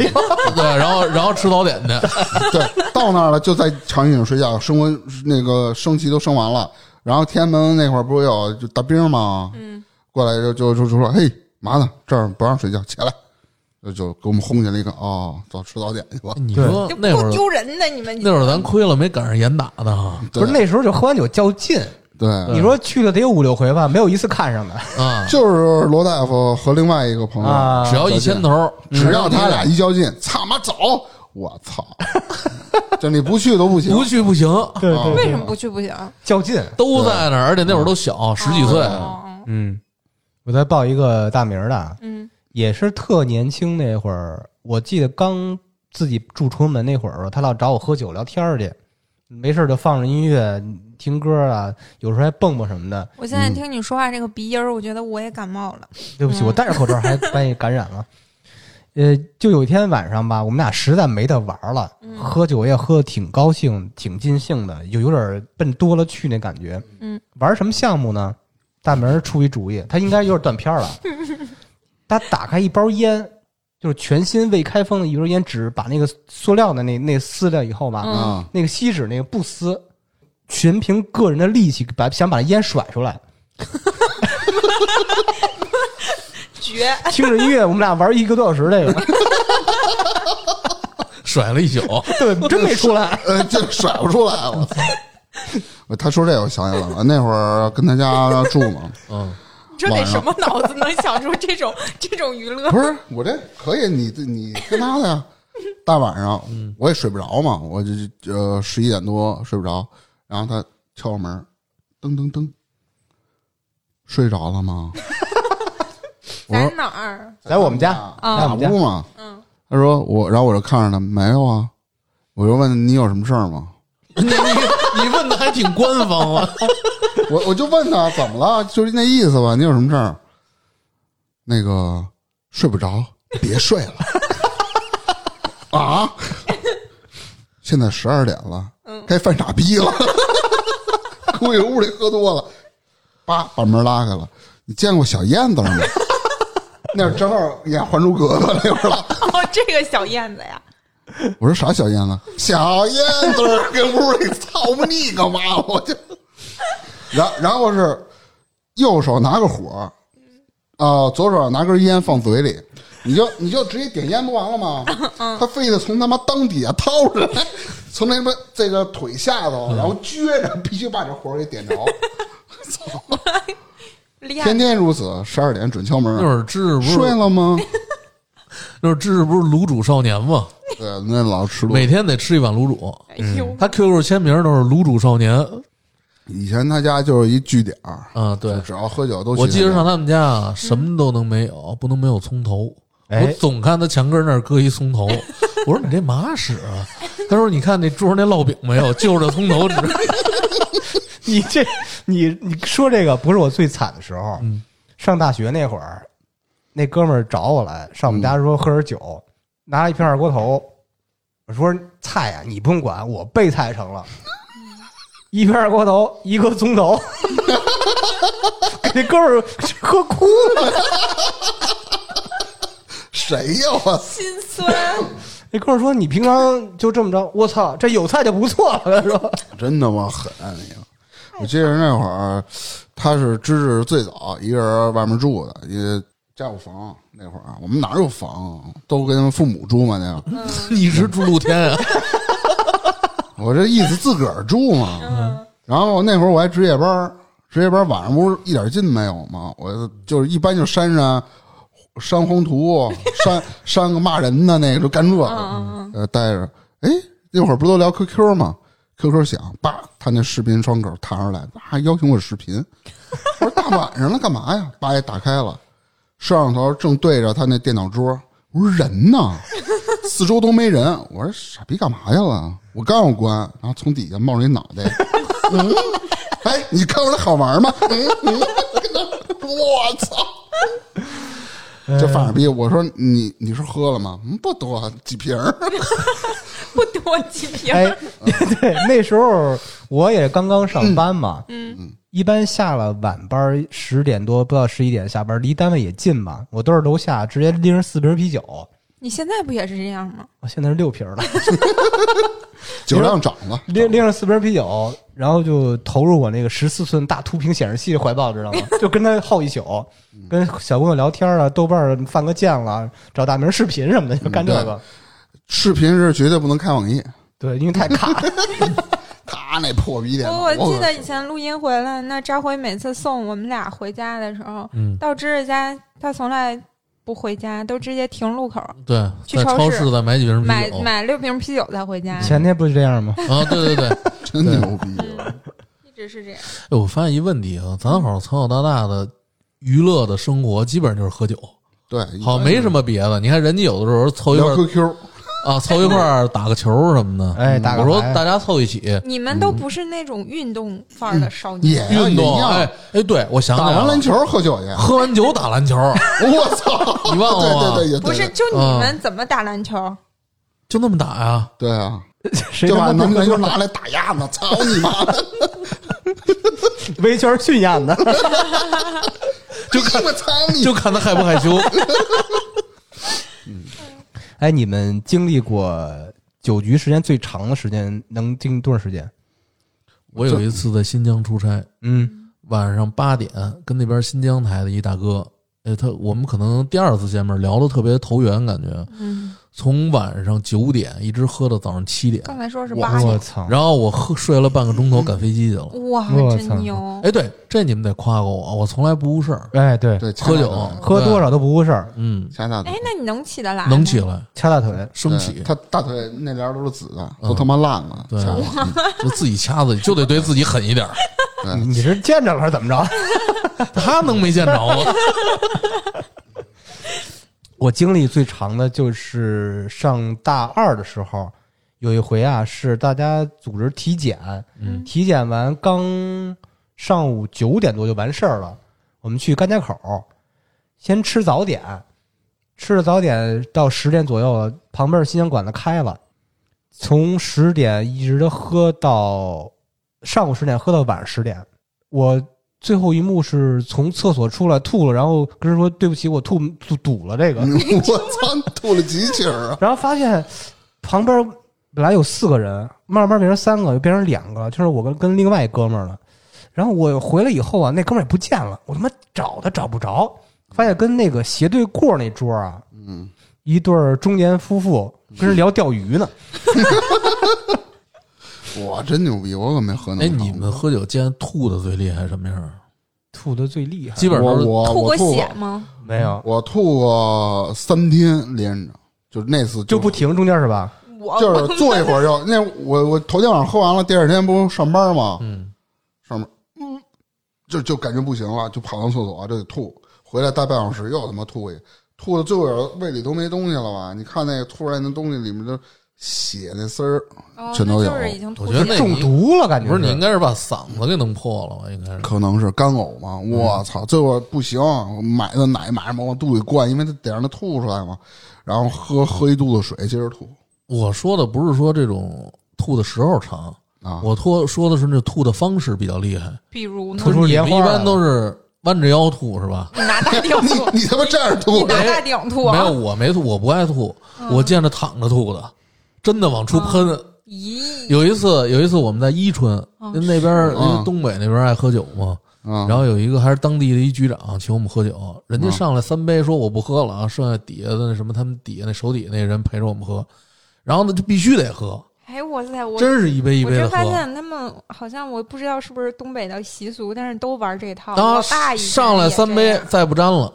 对，然后然后吃早点去， 对，到那儿了就在长椅上睡觉，升温那个升旗都升完了，然后天安门那会儿不是有就大兵吗？嗯，过来就就就就说，嘿，麻子这儿不让睡觉，起来，就就给我们轰进来一个，哦，走吃早点去吧。你说就那会够儿丢人的。你们那会儿咱亏了，没赶上严打的哈不是对那时候就喝完酒较劲，对，你说去了得有五六回吧，没有一次看上的。啊，就是罗大夫和另外一个朋友，啊嗯只要一牵头，只要他俩一较劲，操妈走，我操！ 就你不去都不行，不去不行，对对为什么不去不行？较劲？都在那儿，而且那会儿都小，十几岁，啊哦嗯，我再报一个大名儿的啊，嗯也是特年轻那会儿，我记得刚自己住崇文门那会儿，他老找我喝酒聊天儿去，没事儿就放着音乐听歌啊，有时候还蹦蹦什么的。我现在嗯听你说话这个鼻音儿，我觉得我也感冒了。对不起，嗯我戴着口罩还万一感染了。 呃，就有一天晚上吧，我们俩实在没得玩了，嗯喝酒也喝得挺高兴、挺尽兴的，有有点奔多了去那感觉。嗯，玩什么项目呢？大明儿出一主意，他应该有点断片 儿了。他打开一包烟，就是全新未开封的一包烟，纸把那个塑料的那那撕掉以后吧，嗯啊，那个锡纸那个不撕，全凭个人的力气把想把烟甩出 来。绝！听着音乐，我们俩玩一个多小时这个。甩了一宿。 对， 真没出来。呃，这甩不出来，我 操！我他说这我想起来了，那会儿跟他家住嘛，嗯，你这得什 么脑子能想出这种这种娱乐？ 不是我这可以，你你跟他的呀，大晚上嗯我也睡不着嘛，我就呃十一点多睡不着，然后他敲我门儿，噔噔噔，睡着了吗？我在说哪儿？来我们家 啊大屋嘛。嗯，他说我，然后我就看着他，没有啊，我就问你有什么事儿吗？你你你问的还挺官方啊，我我就问他怎么了，就是那意思吧。你有什么事儿？那个睡不着，别睡了啊！现在十二点了，该犯傻逼了。估计屋里喝多了，叭把门拉开了。你见过小燕子吗？ 那会儿正好演《还珠格格》那会儿了。哦，这个小燕子呀，我说啥小燕子？小燕子儿跟屋里操你干嘛？我就，然然后是右手拿个火，啊、左手拿根烟放嘴里，你就你就直接点烟不完了吗？他非得从他妈裆底下掏出来，从那妈这个腿下头，然后撅着，必须把这火给点着。厉害天！天如此，十二点准敲那门。会儿知识不睡是了 吗？那会儿知识不是卤煮少年吗？对，那老吃路。每天得吃一碗卤煮，哎呦，他 QQ 签名都是卤煮少年以前他家就是一据点儿，啊。对就，只要喝酒都去我记他得家上他们家啊，什么都能没有，不能没有葱头。我哎，总看他墙根那儿搁一葱头， 我说你这嘛使啊？他说你看那桌上那烙饼没有，就是这葱头吃。你这你你说这个不是我最惨的时候，嗯上大学那会儿，那哥们儿找我来上我们家说喝点酒，拿了一瓶二锅头，我说菜呀、你不用管，我备菜成了，一瓶二锅头，一个棕头， 给那哥们儿喝哭了，谁呀？我操！心酸。那哥们儿说你平常就这么着，我操，这有菜就不错了，他说真他妈狠！啊你我记得那会儿，他是芝芝最早一个人外面住的，也家有房。那会儿啊我们哪有房啊，都跟父母住嘛。那会嗯儿 你是住露天啊？ 我这意思自个儿住嘛。嗯然后那会儿我还值夜班儿，值夜班儿晚上不是一点劲没有吗？我就是一般就删删删黄图， 删删个骂人的那个，就干这个。嗯，呃，待着，哎，那会儿不都聊 QQ 吗？QQ 响，叭，他那视频窗口弹上来，还邀请我视频。我说大晚上了干嘛呀？叭也打开了，摄像头正对着他那电脑桌。我说人呢？四周都没人。我说傻逼干嘛去了？我刚要关，然后从底下冒出一脑袋。 嗯，哎，你看出来好玩吗？嗯嗯，我操！这犯傻逼！我说你你是喝了吗？嗯，不多，几瓶儿。不多几瓶。哎， 对，那时候我也刚刚上班嘛，嗯，一般下了晚班，十点多不到十一点下班，离单位也近嘛，我都是楼下直接拎着四瓶啤酒，你现在不也是这样吗？我现在是六瓶 了，酒量涨了，拎拎着四瓶啤酒，然后就投入我那个十四寸大凸屏显示器的怀抱，知道 吗？就跟他耗一宿，嗯跟小朋友聊天啊，豆瓣儿犯个贱了，找大明视频什么的，就干这嗯个。视频是绝对不能开网页，对，因为太 卡了，他那破逼电脑，我哦我记得可以前录音回来，那张辉每次送我们俩回家的时候，嗯，到芝芝家他从来不回家，都直接停路口对，去在超超市市再买几瓶啤买酒买六瓶啤酒再回家，前天不是这样吗？啊！对对对，哎，真牛逼！嗯一直是这样。我发现一问题啊，咱好像从小到大的娱乐的生活基本就是喝酒，对，好像没什么别的。你看人家有的时候凑一嗯块聊儿 QQ，啊，凑一块儿打个球什么的。哎，打个我说牌大家凑一起你们都不是那种运动范儿的少也年，运一动，样哎哎，对我想起啊打来完篮了，球喝酒去，喝完酒打 篮球，我操！你忘了吗对对对，也对不是对就你们怎么打篮球？就那么打呀。对啊，谁就把他妈篮不球 拿来打鸭子，操你妈的！围圈训练 的？就我操你！就看他害不 害羞。哎，你们经历过酒局时间最长的时间能经历多长时间？我有一次在新疆出差，嗯，晚上八点跟那边新疆台的一大哥，哎，他我们可能第二次见面聊得特别投缘，感觉，嗯，从晚上九点一直喝到早上七点，刚才说是我八我点，操！然后我喝睡了半个钟头赶飞机去了。哇我，操真牛！哎，对，这你们得夸过我，我从来不误事儿，哎，对，对，喝酒啊喝多少都不误事儿，嗯，掐大腿哎，，那你能起得来吗？能起来，掐大腿。升对起，他大腿那帘儿都是紫的，都嗯他妈烂了，对掐的就自己掐自己，就得对自己狠一点儿。嗯你你是见着了还是怎么着？ 他能没见着吗？我经历最长的就是上大二的时候，有一回啊，是大家组织体检，嗯体检完刚上午九点多就完事儿了，我们去甘家口，先吃早点，吃了早点到十点左右了，旁边新疆馆子开了，从十点一直都喝到上午十点，喝到晚上十点，我最后一幕是从厕所出来吐了，然后跟人说对不起，我吐吐堵了这个，嗯 我操，吐了几气儿啊！然后发现旁边本来有四个人，慢慢变成三个，又变成两个，就是我跟跟另外一哥们儿了。然后我回来以后啊，那哥们儿也不见了，我他妈找他找不着，发现跟那个斜对过那桌啊，嗯，一对儿中年夫妇跟人聊钓鱼呢。我真牛逼，我可没喝那哎，么你长们喝酒见吐的最厉害什么样儿？吐的最厉害，基本上我都是我吐我过吐血吗？没有我吐过三天连着，就是那次就不停，中间是吧？哦我就是坐一会儿 就那我我头天晚上喝完了，第二天不上班吗？嗯，上班嗯，就就感觉不行了，就跑趟厕所啊就得吐，回来大半小时又他妈吐一，吐的最后胃里都没东西了吧？你看那个突然那东西里面的血那丝儿，哦全都有那就是已经吐我觉得血那了中你毒了感觉不是你应该是把嗓子给弄破了吧？应该是可能是干呕嘛。我操，最后不行，我买的奶马上往我肚里灌，因为它得让它吐出来嘛。然后喝喝一肚子水，接着吐我说的不是说这种吐的时候长，啊。我吐说的是那吐的方式比较厉害。比如呢吐，出你莲们花一来般了都是弯着腰吐是吧？你拿大 顶吐，你他妈站着你吐，拿大顶吐没啊有，！我没吐，我不爱吐，嗯我见着躺着吐的，真的往出喷。咦，有一次，有一次我们在伊春，哦因为那边儿是因啊为东北那边儿爱喝酒嘛，嗯然然后有一个还是当地的一局长请我们喝酒，人家上来三杯说我不喝了啊，剩下底下的那什么他们底下那手底下那人陪着我们喝，然后呢就必须得喝，哎，我在我真是一杯一我杯的就发喝。现他们好像我不知道是不是东北的习俗，但是都玩这套。当哦我爸以前上来也三这杯样，再不沾了，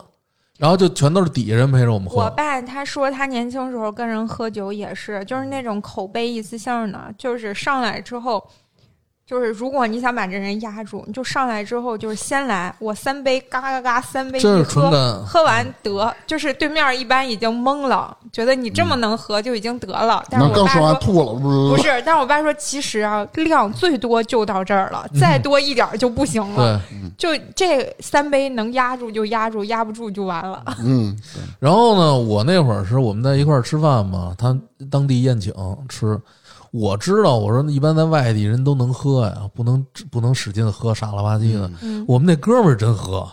然后就全都是底下人陪着我们我喝。爸他说他年轻时候跟人喝酒也是，就是那种口碑一次性嗯的，就是上来之后，就是如果你想把这人压住，你就上来之后就是先来我三杯，嘎嘎嘎三杯一这是纯喝。干，喝完得，就是对面一般已经懵了，觉得你这么能喝就已经得了。但是那我刚爸说完说吐了，不不是，但是我爸说其实啊，量最多就到这儿了，再多一点儿就不行了。对。就这三杯能压住就压住，压不住就完了。嗯，然后呢，我那会儿是我们在一块儿吃饭嘛，他当地宴请吃。我知道，我说一般在外地人都能喝呀，不能不能使劲喝傻了吧唧的。嗯，我们那哥们儿真喝，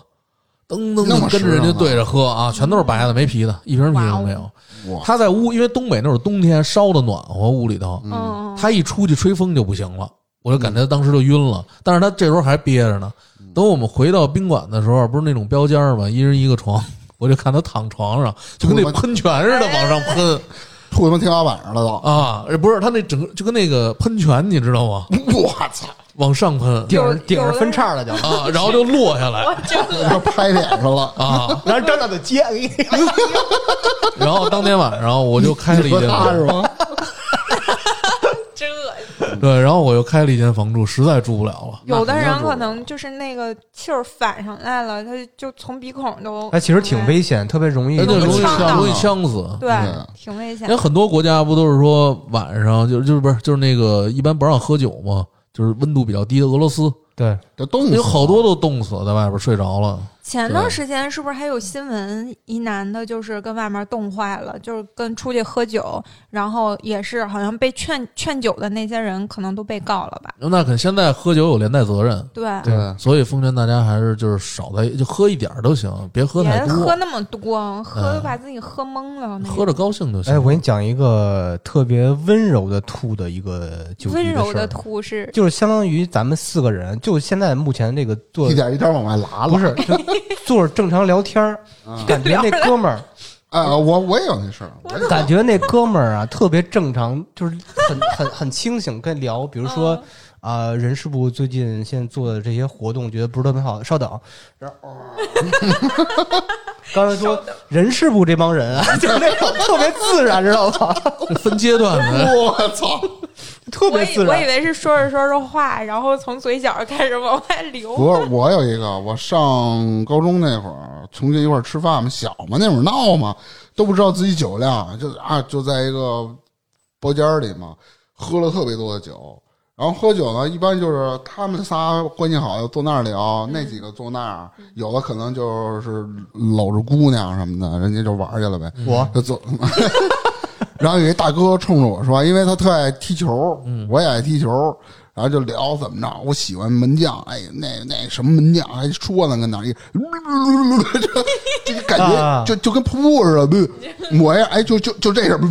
噔噔那么噔跟着实人家诚啊对着喝啊，全都是白的，没啤的，一瓶哦啤都没有。哇，他在屋，因为东北那会儿冬天烧的暖和，屋里头，嗯，他一出去吹风就不行了，我就感觉当时就晕了。但是他这时候还憋着呢。等我们回到宾馆的时候，不是那种标间儿吗？一人一个床， 我就看他躺床上，就跟那喷泉似的往上喷吐他妈天花板上了都。啊！哎不是他那整个就跟那个喷泉，你知道吗？我 操，往上喷顶有着顶有着的分叉了就，啊，然后就落下来他拍脸上了。啊。然后张大嘴接，哎呦然后当天晚上我就开了 一你说间他房是吗？真恶心。对，然后我又开了一间房住，实在住不了了。有的那人肯定不可能就是那个气儿反上来了，他就从鼻孔都。哎，其实挺危险，特别容易哎，对，容易呛到容易呛死。对嗯，挺危险哎人。很多国家不都是说晚上就就是不是就是那个一般不让喝酒嘛，就是温度比较低的俄罗斯，对，这冻死了有好多都冻死了，在外边睡着了。前段时间是不是还有新闻？一男的就是跟外面冻坏了，就是跟出去喝酒，然后也是好像被劝劝酒的那些人，可能都被告了吧？那肯现在喝酒有连带责任，对，对，所以奉劝大家还是就是少在就喝一点儿都行，别喝太别多喝，那么多，喝嗯都把自己喝懵了。那喝种着高兴就行。哎，我给你讲一个特别温柔的吐的一个酒温局柔事的儿，吐是就是相当于咱们四个人，就现在目前这个坐一点一点往外拉了。嗯不是就坐着正常聊天儿，感觉那哥们儿哎，我我也有那事儿， 我我也 有感觉那哥们儿啊特别正常，就是很很很清醒，跟聊，比如说嗯啊、人事部最近现在做的这些活动，觉得不是特别好，稍等，然后、哦、刚才 说人事部这帮人啊， 就那种特别自然，知道吧？分阶 段的，我操！特我别以自我以然。为是说着说着话，然后从嘴角开始往外流。不是，我有一个，我上高中那会儿，同学一块儿吃饭嘛，小嘛，那会儿闹嘛，都不知道自己酒量，就啊，就在一个包间儿里嘛，喝了特别多的酒。然后喝酒呢，一般就是他们仨关系好，坐那儿聊；那几个坐那儿，有的可能就是搂着姑娘什么的，人家就玩儿去了呗。我就走。然后有一大哥冲着我说，因为他特爱踢球，我也爱踢球，然后就聊怎么着，我喜欢门将，哎，那那什么门将还说呢，跟那儿一， 就这个感啊觉就就跟瀑布似的， 抹呀，哎，就就就这样，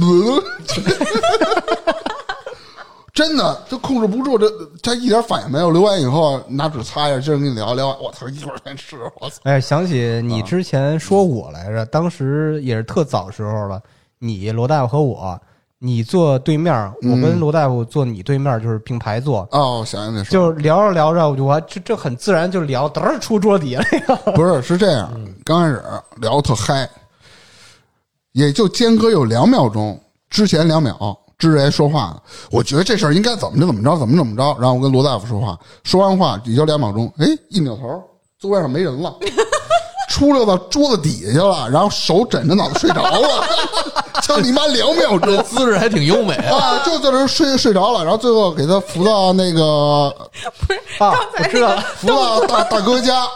真的就控制不住，这他一点反应没有。留完以后拿纸擦一下，接着跟你聊聊，我操，一会儿才吃，我操，哎，想起啊你之前说我来着，当时也是特早时候了。你罗大夫和我，你坐对面，我嗯跟罗大夫坐你对面，就是并排坐。哦，想起那事儿了就是聊着聊着，我就我还这这很自然就聊，嘚儿出桌底 下那个。不是，是这样，嗯刚开始聊得特嗨，也就间隔有两秒钟，之前两秒，之前说话呢，我觉得这事儿应该怎么着怎么着怎么怎么着，然后我跟罗大夫说话，说完话也就两秒钟，哎，一扭头，座位上没人了。出溜到桌子底下去了，然后手枕着脑袋睡着了， 操你妈两秒钟这姿势还挺优美。啊！就在这儿睡睡着了，然后最后给他扶到那个啊， 我知道了，扶到大大哥家，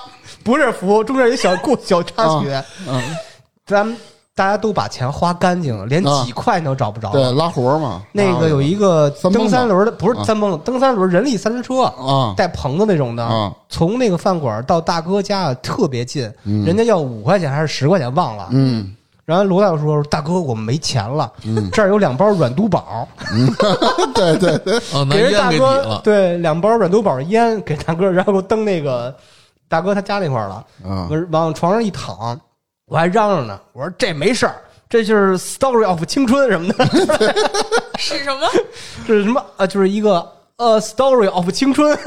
不是服，中间有一小故小插曲，啊嗯咱们大家都把钱花干净了，连啊几块都找不着对拉活儿嘛。那个有一个三蹦蹬三轮的，不是啊三蹦，蹬三轮人力三轮车，啊带棚子那种的啊，从那个饭馆到大哥家特别近，人家要五块钱还是十块钱忘了，嗯。然后罗大夫说：“大哥，我们没钱了，这儿有两包软 都宝，对对对，啊，拿给人烟大给你哥了，对两包软豆宝烟给大哥，然后登那个大哥他家那块儿了，啊我往床上一躺，我还嚷嚷呢，我说这没事儿，这就是 story of 青春什么的， 是什么？这是什么啊？就是一个呃 story of 青春，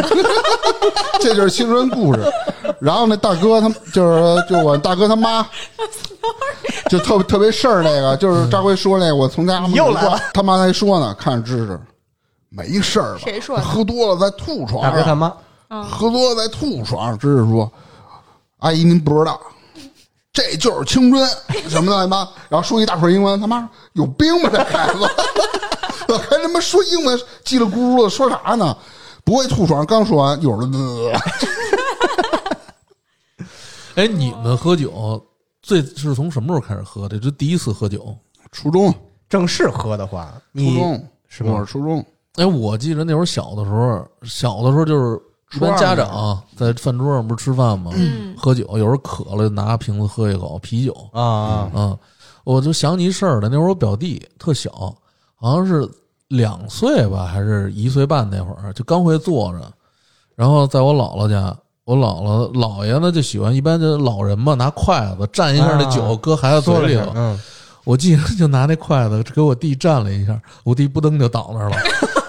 这就是青春故事。然后那大哥他就是就我大哥他 妈，就特特别事儿那个，就是张辉说那个，我从家门你又口来了过，他妈还说呢，看着芝芝，没事儿吧？谁说的喝多了在吐床大哥他上，妈，喝多了在吐床上。芝芝说：“阿姨您不知道。”这就是青春什么的，他妈，然后说一大串英文，他妈说有病吧这孩子， 我还他妈说英文叽里咕噜的说啥呢？不会吐床上，刚说完，呃一会儿就滋哎，你们喝酒最是从什么时候开始喝的？这第一次喝酒。初中，正式喝的话，初你中是吗我是初中，哎，我记得那会儿小的时候，小的时候就是一般家长在饭桌上不是吃饭吗？喝酒，有时候渴了就拿瓶子喝一口啤酒。啊，嗯，我就想起一事儿来，那会儿我表弟特小，好像是两岁吧，还是一岁半那会儿，就刚会坐着，然后在我姥姥家。我姥姥姥爷呢就喜欢，一般就老人嘛，拿筷子蘸一下那酒，啊搁孩子说嘴了里是头。嗯，我记得就拿那筷子给我弟蘸了一下，我弟扑噔就倒那儿了，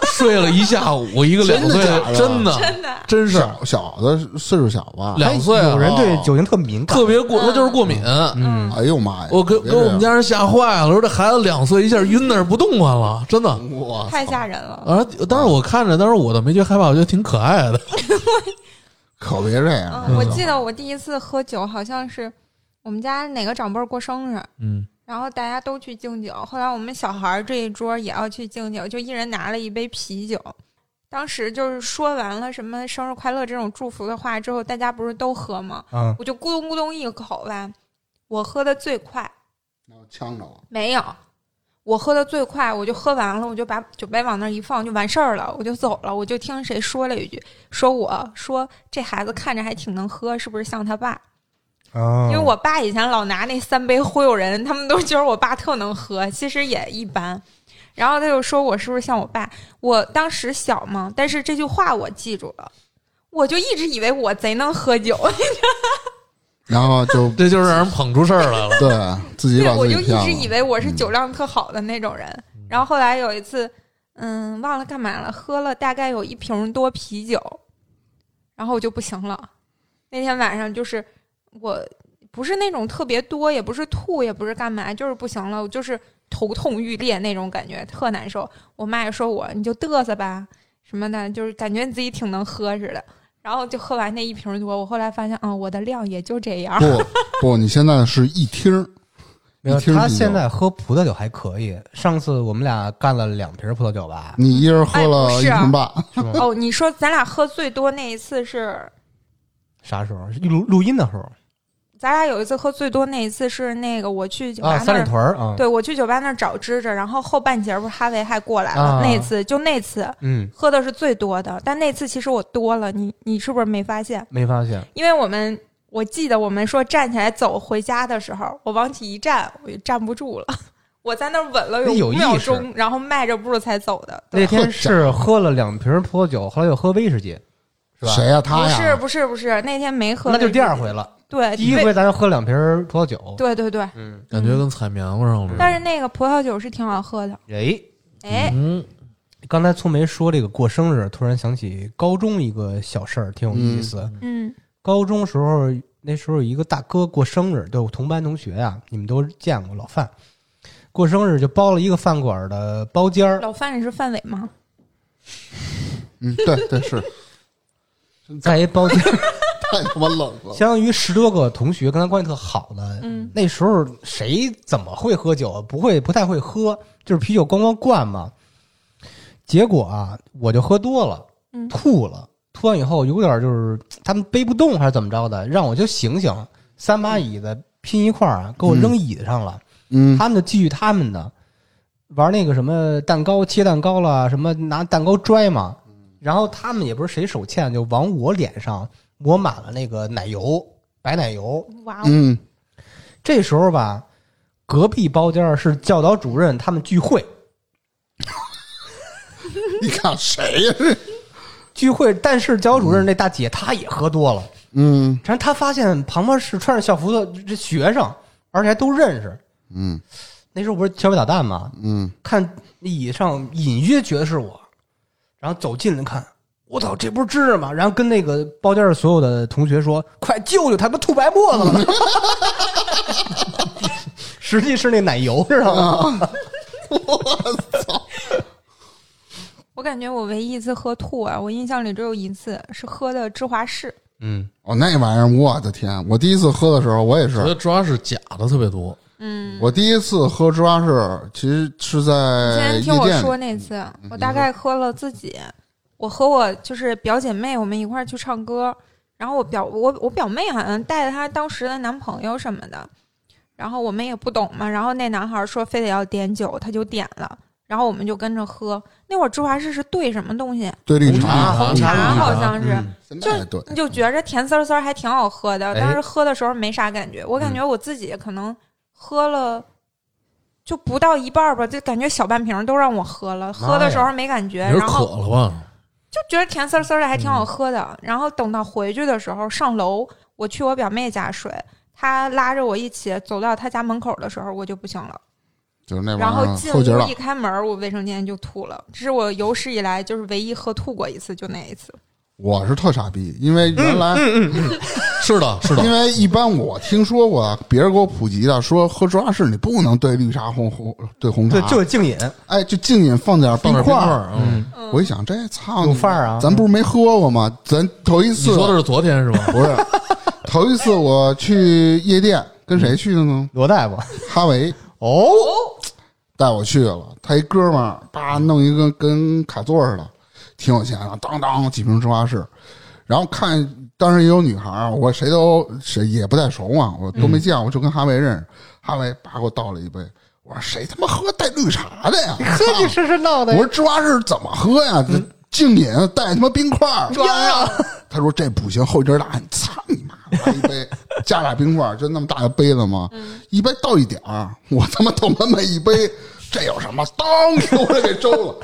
睡了一下午。我一个两真岁的假，的哎真的真的真是啊小小的岁数小吧？两岁啊，有人哦对酒精特敏感，特别过，他就是过敏。嗯，哎呦妈呀！我给别给这样我们，家人吓坏了，说这孩子两岁一下晕那儿不动弹了，真的。我太吓人了！啊！当时我看着，当时我倒没觉得害怕，我觉得挺可爱的。可别这样。嗯，我记得我第一次喝酒好像是我们家哪个长辈儿过生日，嗯，然后大家都去敬酒，后来我们小孩儿这一桌也要去敬酒，就一人拿了一杯啤酒。当时就是说完了什么生日快乐这种祝福的话之后，大家不是都喝吗？嗯，我就咕咚咕咚一口吧，我喝的最快，呛着了，没有，我喝的最快，我就喝完了，我就把酒杯往那儿一放就完事儿了，我就走了。我就听谁说了一句，说我说这孩子看着还挺能喝，是不是像他爸？因啊嗯因为我爸以前老拿那三杯忽悠人，他们都觉得我爸特能喝， 其实也一般。然后他就说我是不是像我爸？我当时小嘛，但是这句话我记住了，我就一直以为我贼能喝酒，然后就这就是让人捧出事儿来了。对自己对，把我自就己嗯一骗直以了。为我是酒量特好的那种人，嗯然后后来有一次，嗯，忘了干嘛了，喝了大概有一瓶多啤酒，然后我就不行了。那天晚上就是我不是那种特别多，也不是吐，也不是干嘛，就是不行了，我就是头痛欲裂那种感觉，特难受。我妈也说我，你就嘚瑟吧什么的，就是感觉你自己挺能喝似的。然后就喝完那一瓶多，我后来发现，啊、我的量也就这样。 不不，你现在是一听儿没有，一听他啤酒现在喝葡萄酒还可以。上次我们俩干了两瓶葡萄酒吧，你一人喝哎了不一是啊瓶半，是 吗？哦，你说咱俩喝最多那一次是，啥时候？是录录音的时候咱俩有一次喝最多那一次是那个我去酒吧啊，那三儿，里屯儿啊，对我去酒吧那儿找芝芝，然后后半截儿不是哈维还过来了，啊那次就那次嗯，喝的是最多的，但那次其实我多了，你你是不是没发现？没发现。因为我们我记得我们说站起来走回家的时候，我往起一站，我就站不住了。 我在那儿稳了那有五意秒识钟，然后迈着步才走的。对那天是喝了两瓶葡萄酒，后来又喝威士忌，是吧？谁呀、他不呀？是不是不是，那天没喝，那就是第二。回了。哎对，第一回咱喝两瓶葡萄酒，对对对，嗯，感觉跟采棉花上了。但是那个葡萄酒是挺好喝的。哎，哎，嗯，刚才粗梅说这个过生日，突然想起高中一个小事儿，挺有意思。嗯高中时候那时候有一个大哥过生日，对我同班同学呀、你们都见过老范，过生日就包了一个饭馆的包间儿，老范是范伟吗？嗯，对对 是，嗯在一包间儿，太他妈冷 了。相当于十多个同学跟他关系特好的，嗯那时候谁怎么会喝酒啊？不会，不太会喝，就是啤酒咣咣灌嘛。结果啊，我就喝多了，嗯吐了，吐完以后有点就是他们背不动还是怎么着的，让我就醒醒，三嗯把椅子拼一块儿啊，给我扔椅子上了。嗯，他们就继续他们的玩那个什么蛋糕切蛋糕了，什么拿蛋糕拽嘛。嗯然后他们也不是谁手欠，就往我脸上抹满了那个奶油，白奶油。哇哦，嗯这时候吧，隔壁包间儿是教导主任他们聚会，你看谁呀、 聚会，但是教导主任那大姐她也喝多了，嗯然后她发现旁边是穿着校服的这学生，而且还都认识。嗯那时候不是调皮捣蛋嘛，嗯，看那椅子上隐约觉得是我，然后走近了看，我操，这不是芝芝吗？然后跟那个包间儿所有的同学说：“快救救他，他吐白沫子了！” 实际是那奶油，知道吗？我感觉我唯一一次喝吐啊，我印象里只有一次是喝的芝华士，嗯，哦，那玩意儿，我的天！我第一次喝的时候，我也所是，以主要是假的特别多。嗯，我第一次喝芝华士，其实是你在先呃夜听我店嗯说里。那次，我大概喝了自己，我和我就是表姐妹，我们一块儿去唱歌，然后我表我我表妹好像带着她当时的男朋友什么的，然后我们也不懂嘛，然后那男孩说非得要点酒，他就点了，然后我们就跟着喝。那会儿芝华士是兑什么东西？对绿红茶，茶绿茶红好像是。啊嗯现在还对，你就觉着甜丝丝儿还挺好喝的，哎当时喝的时候没啥感觉，我感觉我自己可能喝了就不到一半儿吧，就感觉小半瓶儿都让我喝了，喝的时候没感觉，你是然渴后了吧？就觉得甜丝丝儿的还挺好喝的。然后等到回去的时候上楼，我去我表妹家睡，她拉着我一起走到她家门口的时候，我就不行了。就是那玩意然后儿进后劲儿屋大一。开门，我卫生间就吐了，这是我有史以来就是唯一喝吐过一次，就那一次。我是特傻逼，因为嗯原来是的，是因的，为一般我听说过别人给我普及的，说喝芝华士你不能兑绿茶红红兑红茶对，，就是竞饮，哎，就净饮放点放点冰块块儿。儿。嗯，嗯我一想，这操有范儿啊咱不是没喝过吗？咱头一你次说的是昨天是吧？不是头一次我去夜店，跟谁去的呢？罗大夫。哈维哦，带我去了，他一哥们儿叭弄一个跟卡座似的，挺有钱的，当当几瓶芝华士，然后看当时也有女孩儿，我谁都谁也不太熟嘛，我嗯都没见过，就跟哈维认识，哈维叭给我倒了一杯，我说谁他妈喝带绿茶的呀？喝你试试闹的嗯我，说芝华士怎么喝呀？这净饮带他妈冰块儿。啊他说这不行，后劲儿大。你操你妈！来一杯，加俩冰块儿，就那么大个杯子嘛，一杯倒一点儿，我他妈倒满满一杯，这有什么？当，我这给周了。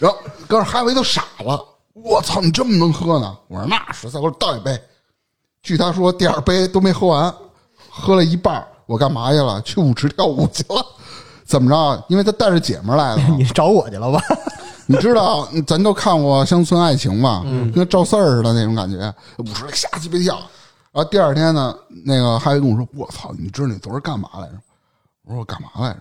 然后刚哈维都傻了，我操，你这么能喝呢？我说那是，再给我倒一杯。据他说，第二杯都没喝完，喝了一半儿，我干嘛去了？去舞池跳舞去了。怎么着？啊因为他带着姐们儿来的嘛，你找我去了吧？你知道，咱都看过《乡村爱情》吧？跟赵四儿似的那种感觉，舞池瞎鸡巴跳。然后第二天呢，那个哈维跟我说：“我操，你知道你昨儿干嘛来着？”我说：“我干嘛来着？”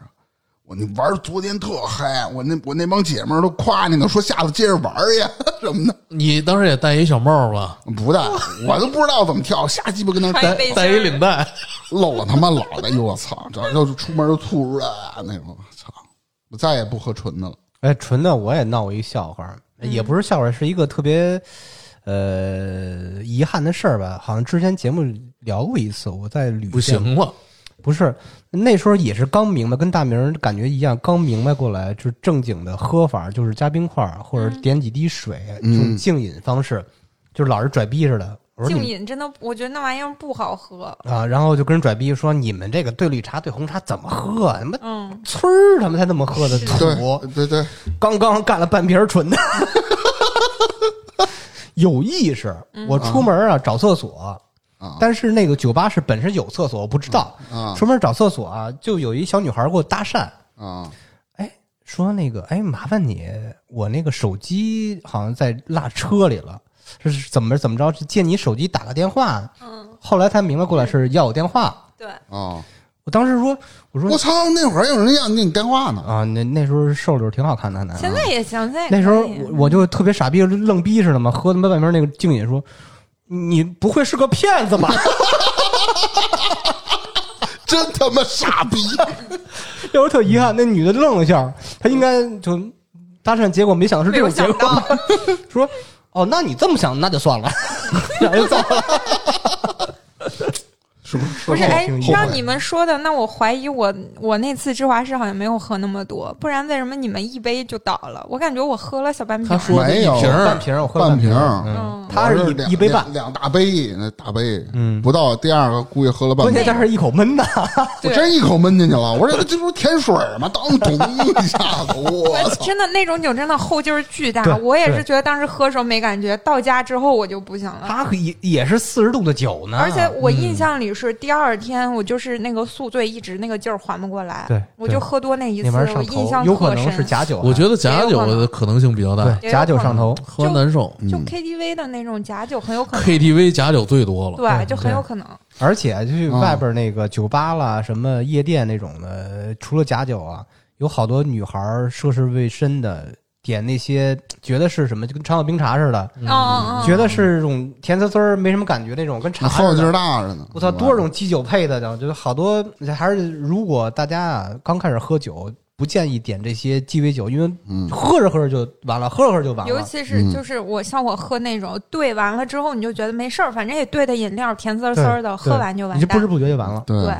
我那玩儿昨天特嗨，我那我那帮姐们儿都夸你呢，说下次接着玩儿去 什么的。你当时也戴一小帽吧，不带，我都不知道怎么跳，瞎鸡巴跟那儿穿带一背心戴一领儿，带，露了他妈脑袋，哟我操！这要是出门就吐出来那种，我操！我再也不喝纯的了。哎，纯的我也闹过一笑话，嗯也不是笑话，是一个特别呃遗憾的事儿吧？好像之前节目聊过一次，我在旅不店行了，不是，那时候也是刚明白，跟大明儿感觉一样，刚明白过来，就是正经的喝法，就是加冰块儿或者嗯点几滴水，这嗯种静饮方式，就是老是拽逼似的。我说静你饮真的，我觉得那玩意儿不好喝。们啊，然后就跟人拽逼说，你们这个兑绿茶、兑红茶怎么喝啊？他妈嗯，村儿他们才那么喝的土，对对对，刚刚干了半瓶儿纯的， 有意识。嗯我出门啊找厕所啊，但是那个酒吧是本身有厕所，我不知道。嗯啊出门找厕所啊，就有一小女孩给我搭讪，啊哎，说那个，哎，麻烦你，我那个手机好像在落车里了，这是怎么怎么着？是借你手机打个电话。嗯，后来才明白过来是要我电话。对，啊！我当时说，我我说操，那会儿有人要你电话呢。啊，那那时候瘦溜儿挺好看的呢。现在也行，现在也那时候可以我我就特别傻逼，愣逼似的嘛，喝他妈外面那个静饮说，你不会是个骗子吧？ 真他妈傻 逼！要我特遗憾，那女的愣了一下，她应该就搭讪，结果没想到是没这有种结想果到。，说哦，那你这么想，那就算了，然后就走了。 是不是？不是后哎挺，遗让憾你们说的，那我怀疑我我那次芝华士好像没有喝那么多，不然为什么你们一杯就倒了？我感觉我喝了小半瓶他儿。说没有一瓶儿半瓶儿，我喝了半瓶儿儿嗯嗯，他我是两一一杯半两，两大杯，那大杯，嗯不到第二个估计喝了半关杯键。他是一口闷的， 我对真一口闷进去了，我说这不是甜水儿吗？当咚一下子，我我 操！真的那种酒真的后劲儿巨对大，我也对啊是觉得当时喝时候没感觉，到家之后我就不行了。他也也是四十度的酒呢，而且我嗯印象里是第二天，我就是那个宿醉，一直那个劲儿缓不过来。对我对就喝多那一嗯次，那玩意儿我上印象头，有可特能是深。假酒啊，我觉得假也有酒可能的可能性比较大，对假酒上头，喝完难受。嗯就 KTV 的那种假酒很有可能， KTV 假酒最多了，对，就很嗯对有可能。而且就是外边那个酒吧啦、什么夜店那种的，除了假酒啊，有好多女孩儿涉世未深的点那些觉得是什么，就跟长岛冰茶似的，嗯嗯嗯，觉得是这种甜滋滋儿没什么感觉那种，跟茶那似后劲的儿。大着呢。我操，多少种基酒配的，就是好多还是如果大家啊刚开始喝酒，不建议点这些鸡尾酒，因嗯为喝着喝着就完了，喝着喝着就完尤了。其是就是我像我喝那种兑完了之后，你就觉得没事儿，反正也兑的饮料甜滋滋儿的，对喝完就完你就不嗯知蛋。不觉就完了。对，对，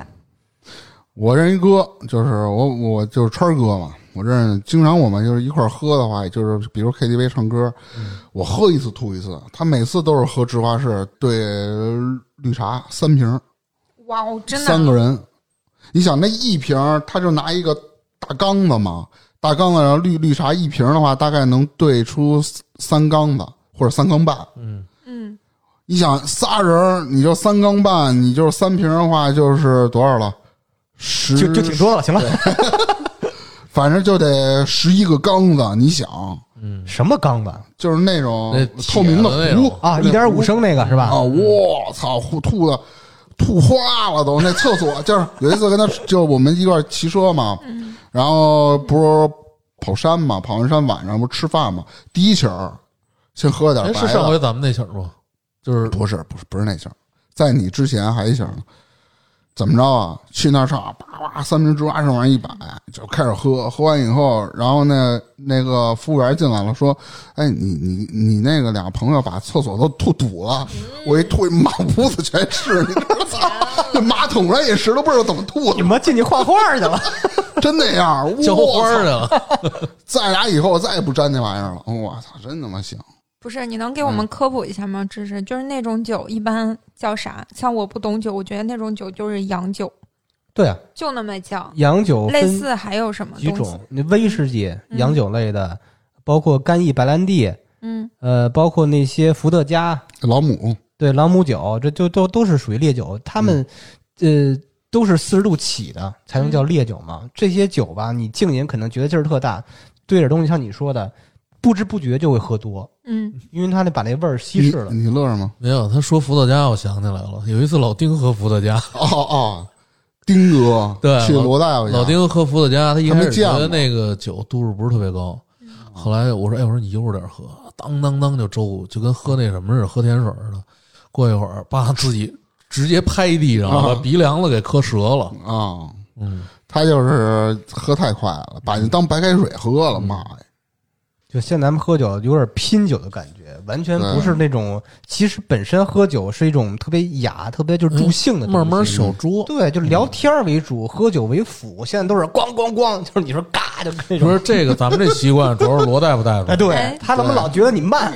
我认一哥，就是我我就是川儿哥嘛，我认识，经常我们就是一块儿喝的话，也就是比如 KTV 唱歌，我喝一次吐一次，他每次都是喝芝华士兑绿茶三瓶儿，哇哦，真的三个人，你想那一瓶儿他就拿一个大缸子嘛，大缸子然后绿绿茶一瓶儿的话，大概能兑出三缸子或者三缸半，嗯，你想仨人儿，你就三缸半，你就是三瓶的话，就是多少了？十就就挺，多了，行了，反正就得十一个缸子。你想，什么缸子就是那种那透明铁的那壶种啊？一点五升那个是吧？啊！我操，吐吐的吐花了都。那厕所就是有一次跟他，就是我们一块儿骑车嘛，然后不是跑山嘛，跑完山晚上不是吃饭嘛，第一起儿先喝点哎，白是的。上回咱们那起儿吗？就是不是不是不是那型儿，在你之前还一型儿呢。怎么着啊？去那儿上，叭叭，三啊瓶芝华士往上一摆，就开始喝。喝完以后，然后呢，那个服务员进来了，说：“哎，你你你那个俩朋友把厕所都吐堵了，我一吐，满屋子全是，你知道吗？ 这马桶上也石头不知道怎么吐你的，妈进去画画去了，真那样。我浇花操儿去！了，再俩以后，我再也不沾那玩意儿了。我操，真他妈香！不是，你能给我们科普一下吗？知识就是那种酒一般叫啥？像我不懂酒，我觉得那种酒就是洋酒，对啊，就那么叫。洋酒类分似还有什么几东西种？，那威士忌、嗯洋酒类的，包括干邑白兰地，嗯，呃，包括那些伏特加，老母对，朗姆酒，这就都都是属于烈酒，他们、呃都是四十度起的才能叫嗯烈酒嘛。这些酒吧，你静饮可能觉得劲儿特大，兑点东西，像你说的，不知不觉就会喝多，嗯，因为他那把那味儿稀你释了。你乐吗？没有，他说伏特加，我想起来了，有一次老丁喝伏特加，哦哦，丁哥，对去罗大夫家，老丁喝伏特加，他一开他始没见觉过得那个酒度数不是特别高，后来我说，哎，我说你悠着点喝，当当当就周，就跟喝那什么似的，喝甜水似的。过一会儿，把自己直接拍地上，啊把鼻梁子给磕折了。啊、嗯，他就是喝太快了，把你当白开水喝了，妈呀！就现在咱们喝酒有点拼酒的感觉，完全不嗯是那种。其实本身喝酒是一种特别雅、特别就是助兴嗯的东西、嗯慢慢小酌。对，就聊天儿为主，喝酒为辅。现在都是咣咣咣，就是你说嘎就那你种。说这个，咱们这习惯主要是罗大夫带出哎，来。对哎嗯他他妈对老觉得你慢，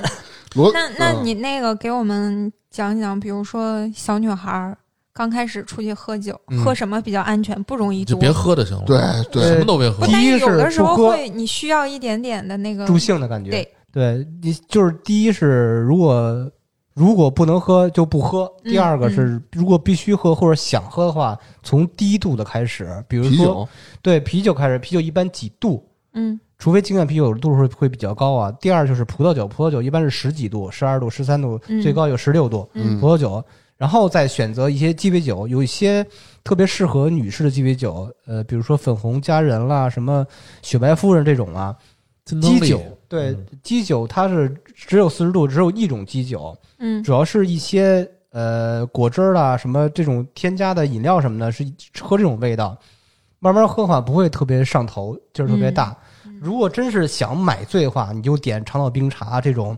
罗，那那嗯你那个给我们讲一讲，比如说小女孩儿刚开始出去喝酒，嗯喝什么比较安全，不容易你就多？别喝就行了。对哎什对么都别喝不，第但一有的是时候不喝会，你需要一点点的那个助兴的感觉。对，你就是第一是如果如果不能喝就不喝，嗯第二个是如果必须喝或者想喝的话，从低度的开始，比如啤说酒，对啤酒开始，啤酒一般几度，嗯除非精酿啤酒度数会比较高啊。第二就是葡萄酒，葡萄酒一般是十几度、十二度、十三度，嗯最高有十六度。嗯葡萄酒，然后再选择一些鸡尾酒，有一些特别适合女士的鸡尾酒，呃，比如说粉红佳人啦，什么雪白夫人这种啊。金汤基力酒，对嗯基酒，它是只有四十度，只有一种基酒，嗯主要是一些呃果汁儿啦，什么这种添加的饮料什么的，是喝这种味道。慢慢喝的话不会特别上头，劲儿特别大。嗯如果真是想买醉的话，你就点长岛冰茶这种，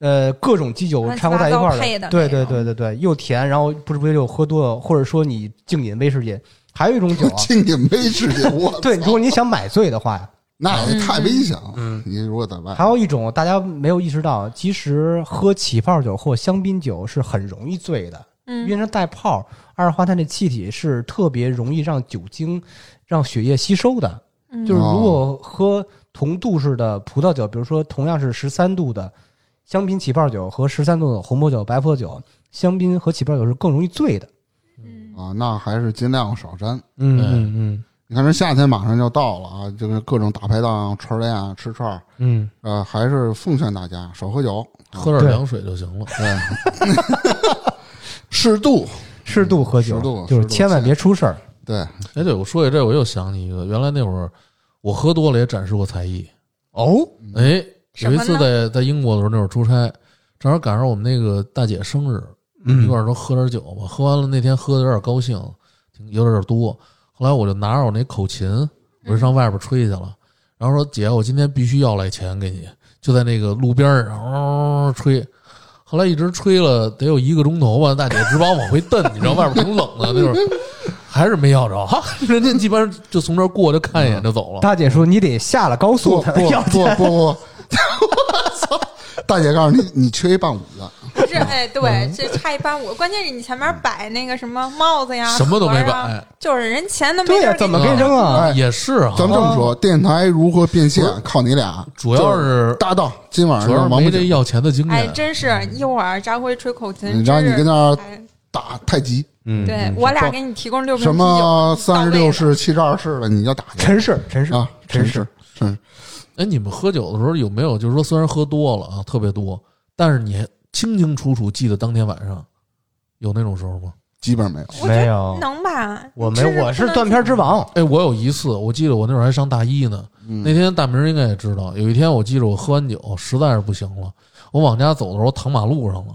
呃，各种基酒乱七掺和在一块八糟配儿的对那对种对对对，又甜，然后不知不觉就喝多了，或者说你净饮威士忌，还有一种酒 啊， 敬你威士忌，我 对，操如果你想买醉的话呀，那也太危险了。嗯，你如果在外，还有一种大家没有意识到，其实喝起泡酒或香槟酒是很容易醉的，因为嗯它带泡，二氧化碳这气体是特别容易让酒精、让血液吸收的。嗯，就是如果喝同度数的葡萄酒，比如说同样是十三度的香槟起泡酒和十三度的红葡萄酒、白葡萄酒，香槟和起泡酒是更容易醉的。嗯啊，那还是尽量少沾。嗯嗯嗯你看这夏天马上就到了啊，这个各种大排档、串儿店啊、吃串儿，嗯，呃，还是奉劝大家少喝酒，喝点凉水就行了。对， 适度。适度喝酒，适度就是适度千万别出事儿。对，哎，对，我说起这，我又想起一个，原来那会儿我喝多了也展示过才艺。哦，哎，什有么一呢次在在英国的时候，那会儿出差，正好赶上我们那个大姐生日，一嗯块儿都喝点酒吧。喝完了那天喝的有点高兴，挺有点多。后来我就拿着我那口琴，我就上外边吹去了。然后说姐，我今天必须要来钱给你，就在那个路边儿上嗷、吹。后来一直吹了得有一个钟头吧，大姐只把我往回蹬，你知道外边挺冷的，那会儿还是没要着。哈，人家一般就从这儿过就看一眼就走了。大姐说你得下了高不速不才能要不 不不，大姐告诉你，你缺一伴舞的，啊不是，哎，对，这差一般五，关键是你前面摆那个什么帽子呀，什么都没摆盒啊，就是人钱都没对地呀、儿给怎么你给扔啊？哎也是啊，咱们这么哦说，电台如何变现靠你俩，主要是搭档。今晚上主要是王没八这井，要钱的经哎，验。真是一会儿张辉吹口琴，嗯然后真你是跟那儿哎打太极，嗯对嗯我俩给你提供六瓶什啤酒么三十到位六的式、七十二式的，你就打去陈氏，陈氏啊！真陈是氏，真是，哎，你们喝酒的时候有没有就是说，虽然喝多了啊，特别多，但是你清清楚楚记得当天晚上有那种时候吗？基本没有。我觉得没有能吧？我没这有，不我是能断片之王。哎，我有一次，我记得我那会儿还上大一呢。嗯那天大明儿应该也知道，有一天我记着我喝完酒实在是不行了，我往家走的时候躺马路上了。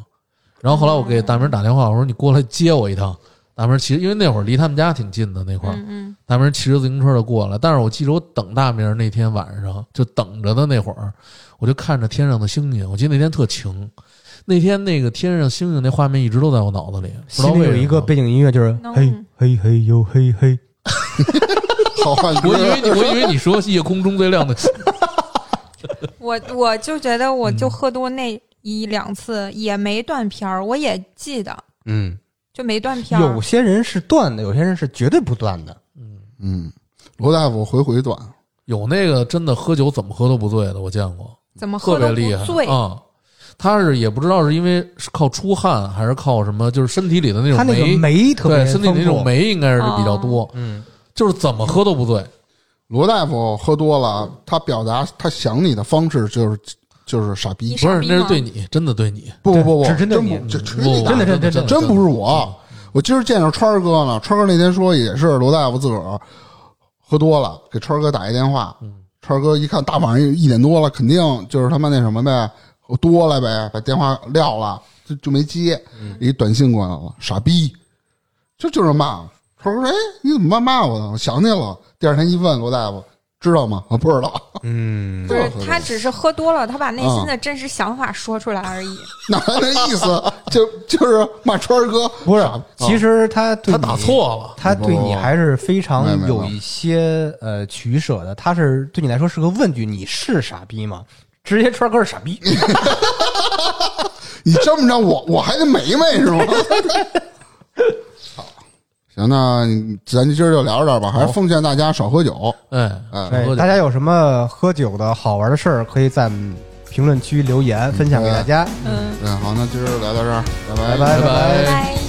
然后后来我给大明儿打电话，我说你过来接我一趟。大明儿骑，因为那会儿离他们家挺近的那块儿，嗯嗯，大明儿骑着自行车就过来。但是我记着我等大明儿那天晚上就等着的那会儿，我就看着天上的星星。我记得那天特晴，那天那个天上星星那画面一直都在我脑子里。不知道心里为有什一么个背景音乐，就是能嘿嘿嘿呦嘿嘿，好汉歌我以为你，我以为你说夜空中最亮的星。我我就觉得我嗯就喝多那一两次也没断片儿，我也记得嗯，就没断片儿有。些人是断的，有些人是绝对不断的。嗯，罗大夫回回短，有那个真的喝酒怎么喝都不醉的，我见过，怎么哦特喝别都厉不害醉，啊、他是也不知道是因为是靠出汗还是靠什么，就是身体里的那他种那个酶，酶特别对身体里那种丰富，酶应该是比较多，哦嗯，就是怎么喝都不醉。罗大夫喝多了，他表达他想你的方式就是就是傻逼你，不是傻，逼那是吗对你，真的对你，不不不不，对是真针对你不这不真真的真的真的真不是嗯我。我今儿见着川儿哥呢，川儿哥那天说也是罗大夫自个儿喝多了，给川儿哥打一电话，嗯川儿哥一看大晚上一点多了，肯定就是他妈那什么呗，我多了呗，把电话撂了，就就没接，嗯一短信过来了，傻逼，这就是骂我。川儿哥说：“哎，你怎么骂我呢？我想起了。”第二天一问罗大夫，知道吗？啊我不知道。 嗯不是这他只是喝多了，他把内啊心的真实想法说出来而已。那那意思就就是骂川儿哥，不是啊傻，其实他对他你打，错了，他对你还是非常有一些呃取舍的。他是对你来说是个问句，你是傻逼吗？直接川哥是傻 逼，你这么着，我我还得美美是 吗？好，行，那咱今儿就聊着这儿吧。还是奉劝大家少喝酒。哎，哎，哎喝，酒大家有什么喝酒的好玩的事儿，可以在评论区留言分享给大家。嗯，嗯，好，那今儿聊到这儿，拜拜拜拜。